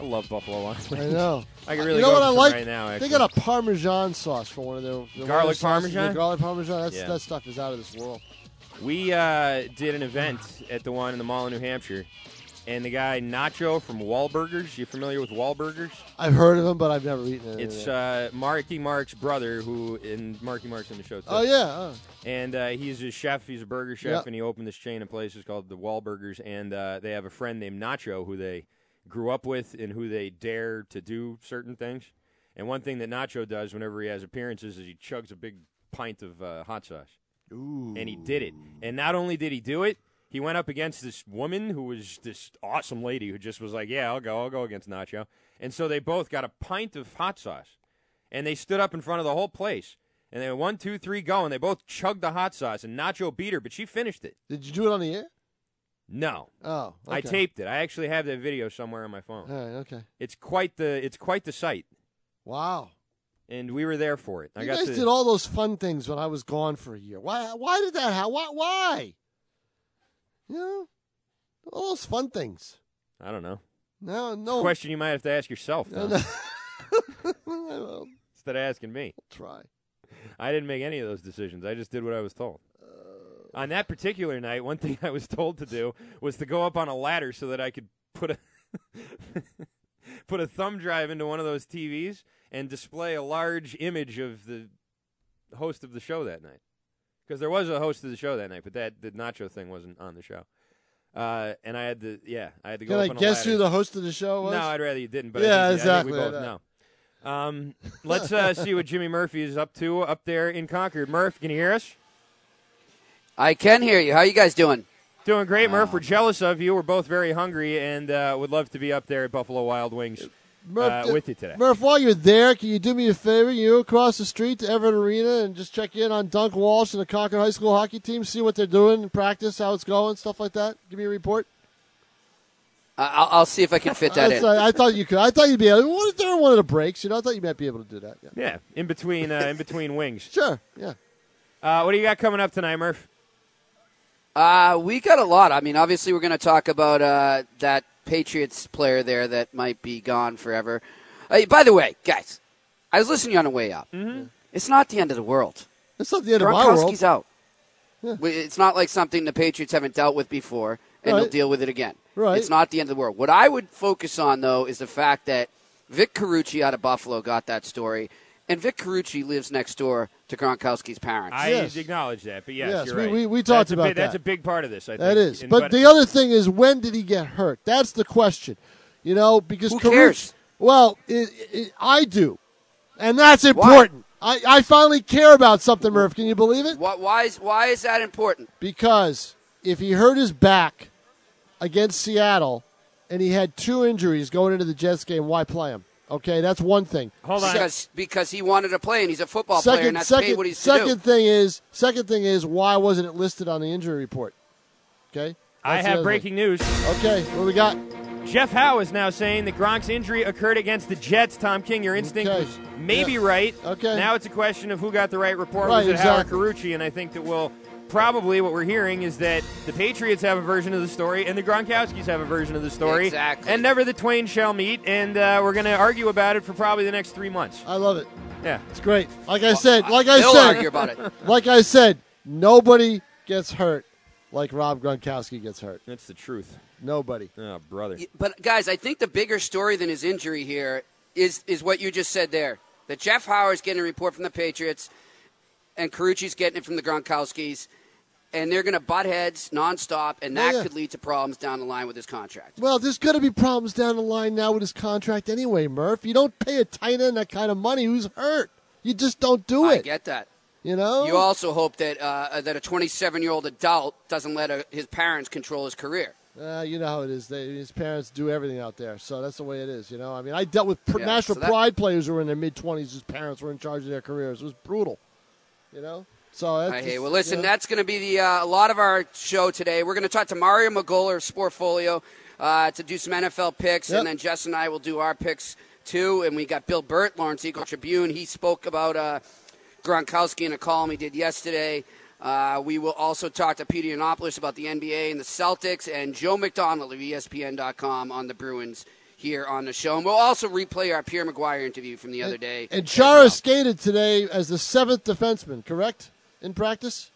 Speaker 2: I love Buffalo Wild Wings.
Speaker 1: I know.
Speaker 2: I can really
Speaker 1: you know
Speaker 2: go
Speaker 1: what I
Speaker 2: for some
Speaker 1: like?
Speaker 2: right now,
Speaker 1: they
Speaker 2: actually.
Speaker 1: got a Parmesan sauce for one of their, their one of
Speaker 2: Garlic
Speaker 1: their sauces. The
Speaker 2: Parmesan?
Speaker 1: garlic Parmesan. That's,
Speaker 2: Yeah.
Speaker 1: That stuff is out of this world.
Speaker 2: We uh, did an event at the one in the mall in New Hampshire, and the guy Nacho from Wahlburgers, you familiar with Wahlburgers?
Speaker 1: I've heard of them, but I've never eaten it.
Speaker 2: It's uh, Marky Mark's brother, who and Marky Mark's in the show. Too.
Speaker 1: Oh, yeah, oh.
Speaker 2: and uh, he's a chef. He's a burger chef,
Speaker 1: Yeah.
Speaker 2: and he opened this chain of places called the Wahlburgers. And uh, they have a friend named Nacho, who they grew up with, and who they dare to do certain things. And one thing that Nacho does whenever he has appearances is he chugs a big pint of uh, hot sauce.
Speaker 1: Ooh.
Speaker 2: And he did it. And not only did he do it, he went up against this woman who was this awesome lady who just was like, "Yeah, I'll go. I'll go against Nacho." And so they both got a pint of hot sauce, and they stood up in front of the whole place. And they went one, two, three, go, and they both chugged the hot sauce. And Nacho beat her, but she finished it.
Speaker 1: Did you do it on the air?
Speaker 2: No.
Speaker 1: Oh, okay.
Speaker 2: I
Speaker 1: Uh-huh.
Speaker 2: taped it. I actually have that video somewhere on my phone.
Speaker 1: All right, okay.
Speaker 2: It's quite the it's quite the sight.
Speaker 1: Wow.
Speaker 2: And we were there for it. I
Speaker 1: you
Speaker 2: got
Speaker 1: guys
Speaker 2: to,
Speaker 1: did all those fun things when I was gone for a year. Why? Why did that? How? Why? Why? You know, all those fun things.
Speaker 2: I don't know.
Speaker 1: No, no.
Speaker 2: Question you might have to ask yourself. though.
Speaker 1: Well,
Speaker 2: instead of asking me.
Speaker 1: try.
Speaker 2: I didn't make any of those decisions. I just did what I was told. on that particular night, one thing I was told to do was to go up on a ladder so that I could put a put a thumb drive into one of those TVs and display a large image of the host of the show that night. Because there was a host of the show that night, but that the nacho thing wasn't on the show. Uh, and I had to, yeah, I had to go.
Speaker 1: Can
Speaker 2: up
Speaker 1: I
Speaker 2: on a
Speaker 1: guess
Speaker 2: ladder.
Speaker 1: who the host of the show was?
Speaker 2: No, I'd rather you didn't. But
Speaker 1: yeah,
Speaker 2: I think,
Speaker 1: exactly.
Speaker 2: I think we both know. Um, let's uh, see what Jimmy Murphy is up to up there in Concord. Murph, can you hear us?
Speaker 20: I can hear you. How you guys doing?
Speaker 2: Doing great, Murph. We're jealous of you. We're both very hungry and uh, would love to be up there at Buffalo Wild Wings
Speaker 1: Murph,
Speaker 2: uh, with you today.
Speaker 1: Murph, while you're there, can you do me a favor? You go across the street to Everett Arena and just check in on Dunk Walsh and the Concord High School hockey team, see what they're doing in practice, how it's going, stuff like that. Give me a report.
Speaker 20: I- I'll, I'll see if I can fit that
Speaker 1: That's-
Speaker 20: in.
Speaker 1: I, I thought you could. I thought you'd be able. What if they're one of the breaks? You know, I thought you might be able to do that. Yeah.
Speaker 2: Yeah, in between uh, in between wings.
Speaker 1: Sure. Yeah.
Speaker 2: Uh, what do you got coming up tonight, Murph?
Speaker 20: Uh, we got a lot. I mean, obviously, we're going to talk about uh, that Patriots player there that might be gone forever. Uh, by the way, guys, I was listening to you on the way out. Mm-hmm. It's not the end of the world.
Speaker 1: It's not the end of my world.
Speaker 20: out. We- It's not like something the Patriots haven't dealt with before, and
Speaker 1: Right.
Speaker 20: they'll deal with it again.
Speaker 1: Right.
Speaker 20: It's not the end of the world. What I would focus on, though, is the fact that Vic Carucci out of Buffalo got that story, and Vic Carucci lives next door to Gronkowski's parents.
Speaker 2: I acknowledge that, but yes,
Speaker 1: Yes,
Speaker 2: you're
Speaker 1: we-
Speaker 2: right.
Speaker 1: we- we
Speaker 2: That's
Speaker 1: talked
Speaker 2: a
Speaker 1: about
Speaker 2: big, That's
Speaker 1: that.
Speaker 2: a big part of this. I
Speaker 1: That
Speaker 2: think.
Speaker 1: is.
Speaker 2: And-
Speaker 1: But the other thing is, when did he get hurt? That's the question. You know, because Carucci-
Speaker 20: cares?
Speaker 1: Well, it, it, I do, and that's important. I, I finally care about something, Murph. Can you believe it?
Speaker 20: Why, why, is, why is that important?
Speaker 1: Because if he hurt his back against Seattle, and he had two injuries going into the Jets game, why play him? Okay, that's one thing.
Speaker 20: Because, because he wanted to play, and he's a football player, and
Speaker 1: second,
Speaker 20: that's
Speaker 1: second,
Speaker 20: paid what he's to do.
Speaker 1: second thing is, second thing is, why wasn't it listed on the injury report? Okay,
Speaker 2: I
Speaker 1: That's the
Speaker 2: have
Speaker 1: other
Speaker 2: breaking news.
Speaker 1: Okay, what we got?
Speaker 2: Jeff Howe is now saying that Gronk's injury occurred against the Jets. Tom King, your instinct
Speaker 1: Okay.
Speaker 2: was maybe
Speaker 1: Yeah.
Speaker 2: right.
Speaker 1: Okay.
Speaker 2: Now it's a question of who got the right report.
Speaker 1: Right,
Speaker 2: was it
Speaker 1: exactly.
Speaker 2: Howard Carucci? And I think that we'll probably what we're hearing is that the Patriots have a version of the story and the Gronkowskis have a version of the story.
Speaker 20: Exactly.
Speaker 2: And never the twain shall meet. And uh, we're going to argue about it for probably the next three months.
Speaker 1: I love it.
Speaker 2: Yeah.
Speaker 1: Uh, It's great. Like I said, like I
Speaker 2: they'll
Speaker 1: said,
Speaker 2: argue about it.
Speaker 1: like I said, nobody gets hurt like Rob Gronkowski gets hurt.
Speaker 2: That's the truth.
Speaker 1: Nobody.
Speaker 2: Oh, brother.
Speaker 20: But guys, I think the bigger story than his injury here is is what you just said there. That Jeff Howard's getting a report from the Patriots, and Carucci's getting it from the Gronkowskis, and they're going to butt heads nonstop, and
Speaker 1: Oh,
Speaker 20: that
Speaker 1: yeah.
Speaker 20: could lead to problems down the line with his contract.
Speaker 1: Well, there's going to be problems down the line now with his contract anyway, Murph. You don't pay a tight end that kind of money who's hurt. You just don't do
Speaker 20: I
Speaker 1: it.
Speaker 20: get that.
Speaker 1: You know?
Speaker 20: You also hope that uh, that a 27 year old adult doesn't let a, his parents control his career.
Speaker 1: Uh, you know how it is. They, his parents do everything out there, so that's the way it is. You know, I mean, I dealt with pr-
Speaker 20: Yeah,
Speaker 1: national
Speaker 20: so that-
Speaker 1: pride players who were in their mid twenties whose parents were in charge of their careers. It was brutal. You know, so that's
Speaker 20: Hey,
Speaker 1: just-
Speaker 20: well, listen,
Speaker 1: you know.
Speaker 20: that's going to be the uh, a lot of our show today. We're going to talk to Mario McGoller of Sportfolio uh, to do some NFL picks,
Speaker 1: Yep.
Speaker 20: and then Jess and I will do our picks too. And we got Bill Burt, Lawrence Eagle Tribune. He spoke about uh, Gronkowski in a column he did yesterday. Uh, we will also talk to Peter Yiannopoulos about the NBA and the Celtics, and Joe McDonald of E ESPN.com on the Bruins here on the show. And we'll also replay our Pierre McGuire interview from the other day.
Speaker 1: And Chara skated today as the seventh defenseman, correct? In practice?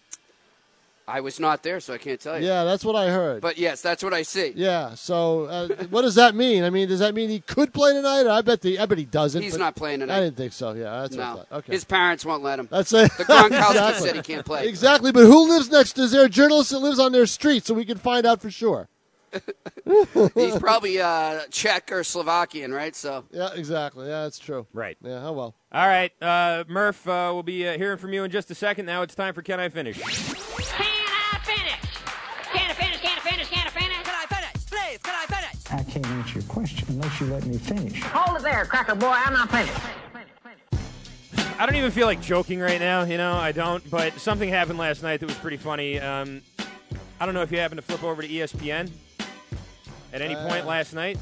Speaker 20: I was not there, so I can't tell you.
Speaker 1: Yeah, that's what I heard.
Speaker 20: But yes, that's what I see.
Speaker 1: yeah, so uh, what does that mean? I mean, does that mean he could play tonight? I bet the I bet he doesn't.
Speaker 20: He's
Speaker 1: but
Speaker 20: not playing tonight.
Speaker 1: I didn't think so. Yeah, that's what I
Speaker 20: no.
Speaker 1: thought. Okay.
Speaker 20: His parents won't let him.
Speaker 1: that's it.
Speaker 20: The Gronkowski
Speaker 1: Exactly.
Speaker 20: said he can't play.
Speaker 1: Exactly, but who lives next? Is there a journalist that lives on their street so we can find out for sure?
Speaker 20: He's probably uh, Czech or Slovakian, right? So
Speaker 1: yeah, exactly. Yeah, that's true.
Speaker 2: Right.
Speaker 1: Yeah. Oh well.
Speaker 2: All right, uh, Murph, uh, we'll be uh, hearing from you in just a second. Now it's time for Can I Finish?
Speaker 21: Can I finish? Can I finish? Can I finish? Can I finish? Please, can I finish?
Speaker 22: I can't answer your question unless you let me finish.
Speaker 21: Hold it there, cracker boy. I'm not finished.
Speaker 2: I don't even feel like joking right now, you know, I don't, but something happened last night that was pretty funny. Um, I don't know if you happened to flip over to E ESPN at any
Speaker 1: Uh,
Speaker 2: point last night.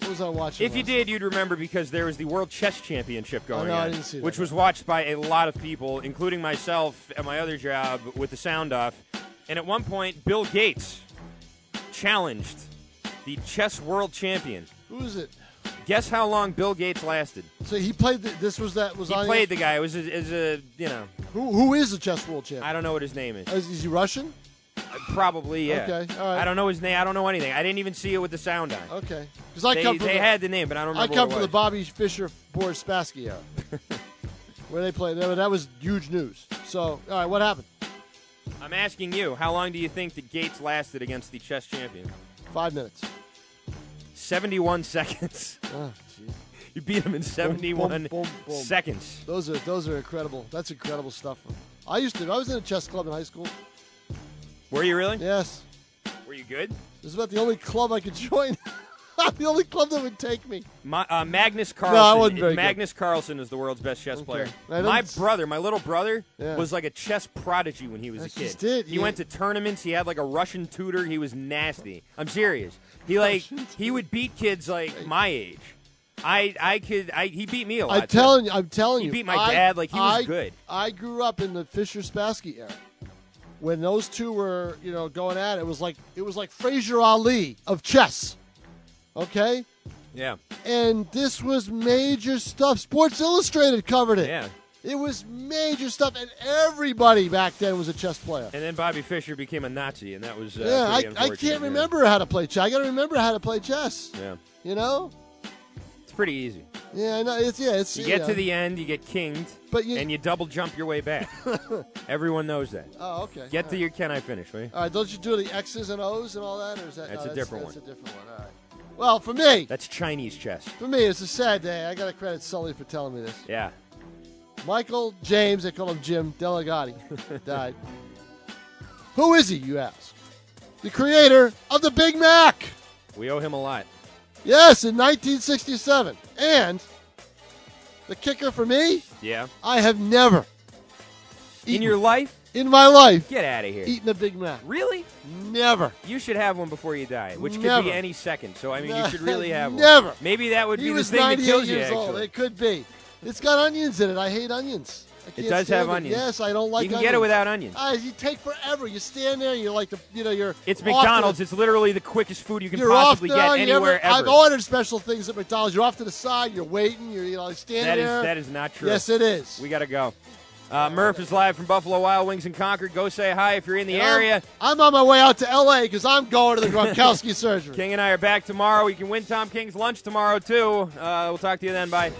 Speaker 1: What was I watching?
Speaker 2: If you
Speaker 1: last
Speaker 2: did, you'd remember because there was the World Chess Championship going
Speaker 1: no, I
Speaker 2: on,
Speaker 1: didn't see that.
Speaker 2: which was watched by a lot of people, including myself at my other job with the sound off. And at one point, Bill Gates challenged the chess world champion.
Speaker 1: Who is it?
Speaker 2: Guess how long Bill Gates lasted?
Speaker 1: So he played. The, this was that was
Speaker 2: He
Speaker 1: on.
Speaker 2: played the guy. It was a, is a you know
Speaker 1: Who who is the chess world champion?
Speaker 2: I don't know what his name is.
Speaker 1: Is, is he Russian?
Speaker 2: Probably yeah.
Speaker 1: Okay, all right.
Speaker 2: I don't know his name. I don't know anything. I didn't even see it with the sound on.
Speaker 1: Okay. Because I
Speaker 2: they,
Speaker 1: come from
Speaker 2: they
Speaker 1: the,
Speaker 2: had the name, but I don't
Speaker 1: I
Speaker 2: remember.
Speaker 1: come
Speaker 2: what it
Speaker 1: from the
Speaker 2: was.
Speaker 1: Bobby Fischer Boris Spassky era, where they played. That, that was huge news. So all right, what happened?
Speaker 2: I'm asking you, how long do you think that Gates lasted against the chess champion?
Speaker 1: Five minutes.
Speaker 2: 71 seconds.
Speaker 1: Oh,
Speaker 2: you beat him in 71 seconds.
Speaker 1: Those are those are incredible. That's incredible stuff. I used to. I was in a chess club in high school.
Speaker 2: Were you really?
Speaker 1: Yes.
Speaker 2: Were you good?
Speaker 1: This is about the only club I could join. the only club that would take me.
Speaker 2: My, uh, Magnus Carlsen.
Speaker 1: wasn't very good.
Speaker 2: Magnus Carlsen is the world's best chess player.
Speaker 1: I
Speaker 2: My
Speaker 1: didn't-
Speaker 2: brother, my little brother,
Speaker 1: Yeah.
Speaker 2: was like a chess prodigy when he was a
Speaker 1: That's
Speaker 2: kid.
Speaker 1: just it.
Speaker 2: He
Speaker 1: You-
Speaker 2: went to tournaments. He had like a Russian tutor. He was nasty. I'm serious. He like he would beat kids like my age. I I could I he beat me a lot.
Speaker 1: I'm telling you. I'm telling
Speaker 2: He
Speaker 1: you.
Speaker 2: beat my
Speaker 1: I-
Speaker 2: dad, like, he
Speaker 1: I-
Speaker 2: was good.
Speaker 1: I grew up in the Fisher Spassky era. When those two were, you know, going at it, it was like it was like Fraser Ali of chess. Okay?
Speaker 2: Yeah.
Speaker 1: And this was major stuff. Sports Illustrated covered it.
Speaker 2: Yeah.
Speaker 1: It was major stuff, and everybody back then was a chess player.
Speaker 2: And then Bobby Fischer became a Nazi, and that was uh,
Speaker 1: yeah,
Speaker 2: pretty
Speaker 1: I, I
Speaker 2: unfortunate,
Speaker 1: can't
Speaker 2: yeah.
Speaker 1: remember how to play chess. I got to remember how to play chess.
Speaker 2: Yeah,
Speaker 1: You know?
Speaker 2: it's pretty easy.
Speaker 1: Yeah, I know. It's yeah, it's
Speaker 2: You get
Speaker 1: yeah.
Speaker 2: to the end, you get kinged,
Speaker 1: But you-
Speaker 2: and you double jump your way back. Everyone knows that.
Speaker 1: Oh, okay.
Speaker 2: Get
Speaker 1: All
Speaker 2: to
Speaker 1: right.
Speaker 2: your can I finish, right?
Speaker 1: All right, don't you do the X's and O's and all that, or is that
Speaker 2: That's
Speaker 1: no,
Speaker 2: a different
Speaker 1: that's
Speaker 2: one.
Speaker 1: a different one. All right. Well, for me,
Speaker 2: That's Chinese chess.
Speaker 1: for me, it's a sad day. I got to credit Sully for telling me this.
Speaker 2: Yeah.
Speaker 1: Michael James, they call him Jim Delegati, died. Who is he? You ask. The creator of the Big Mac.
Speaker 2: We owe him a lot.
Speaker 1: Yes, in 1967, and the kicker for me,
Speaker 2: Yeah.
Speaker 1: I have never
Speaker 2: In your life?
Speaker 1: in my life
Speaker 2: Get out of here.
Speaker 1: eaten a Big Mac.
Speaker 2: Really?
Speaker 1: Never.
Speaker 2: You should have one before you die, which could
Speaker 1: Never.
Speaker 2: be any second. So I mean,
Speaker 1: No,
Speaker 2: you should really have one.
Speaker 1: never.
Speaker 2: Maybe that would
Speaker 1: he
Speaker 2: be the
Speaker 1: was
Speaker 2: thing that
Speaker 1: 98
Speaker 2: kills you.
Speaker 1: years
Speaker 2: actually.
Speaker 1: old. It could be. It's got onions in it. I hate onions. I can't
Speaker 2: does have
Speaker 1: stand
Speaker 2: onions.
Speaker 1: Yes, I don't
Speaker 2: You
Speaker 1: like.
Speaker 2: can get it without onions.
Speaker 1: Ah, you take forever. You stand there. You like the you know you're.
Speaker 2: It's
Speaker 1: off to
Speaker 2: McDonald's.
Speaker 1: the-
Speaker 2: It's literally the quickest food you can
Speaker 1: you're off
Speaker 2: possibly
Speaker 1: there,
Speaker 2: get
Speaker 1: you
Speaker 2: anywhere
Speaker 1: ever-
Speaker 2: ever.
Speaker 1: I've ordered special things at McDonald's. You're off to the side. You're waiting. You're you know standing
Speaker 2: That is
Speaker 1: there.
Speaker 2: that is not true.
Speaker 1: Yes, it is.
Speaker 2: We gotta go. Uh, Murph is live from Buffalo Wild Wings in Concord. Go say hi if you're in the
Speaker 1: And I'm-
Speaker 2: area.
Speaker 1: I'm, on my way out to L.A. because I'm going to the Gronkowski surgery.
Speaker 2: King and I are back tomorrow. You can win Tom King's lunch tomorrow too. Uh, we'll talk to you then. Bye.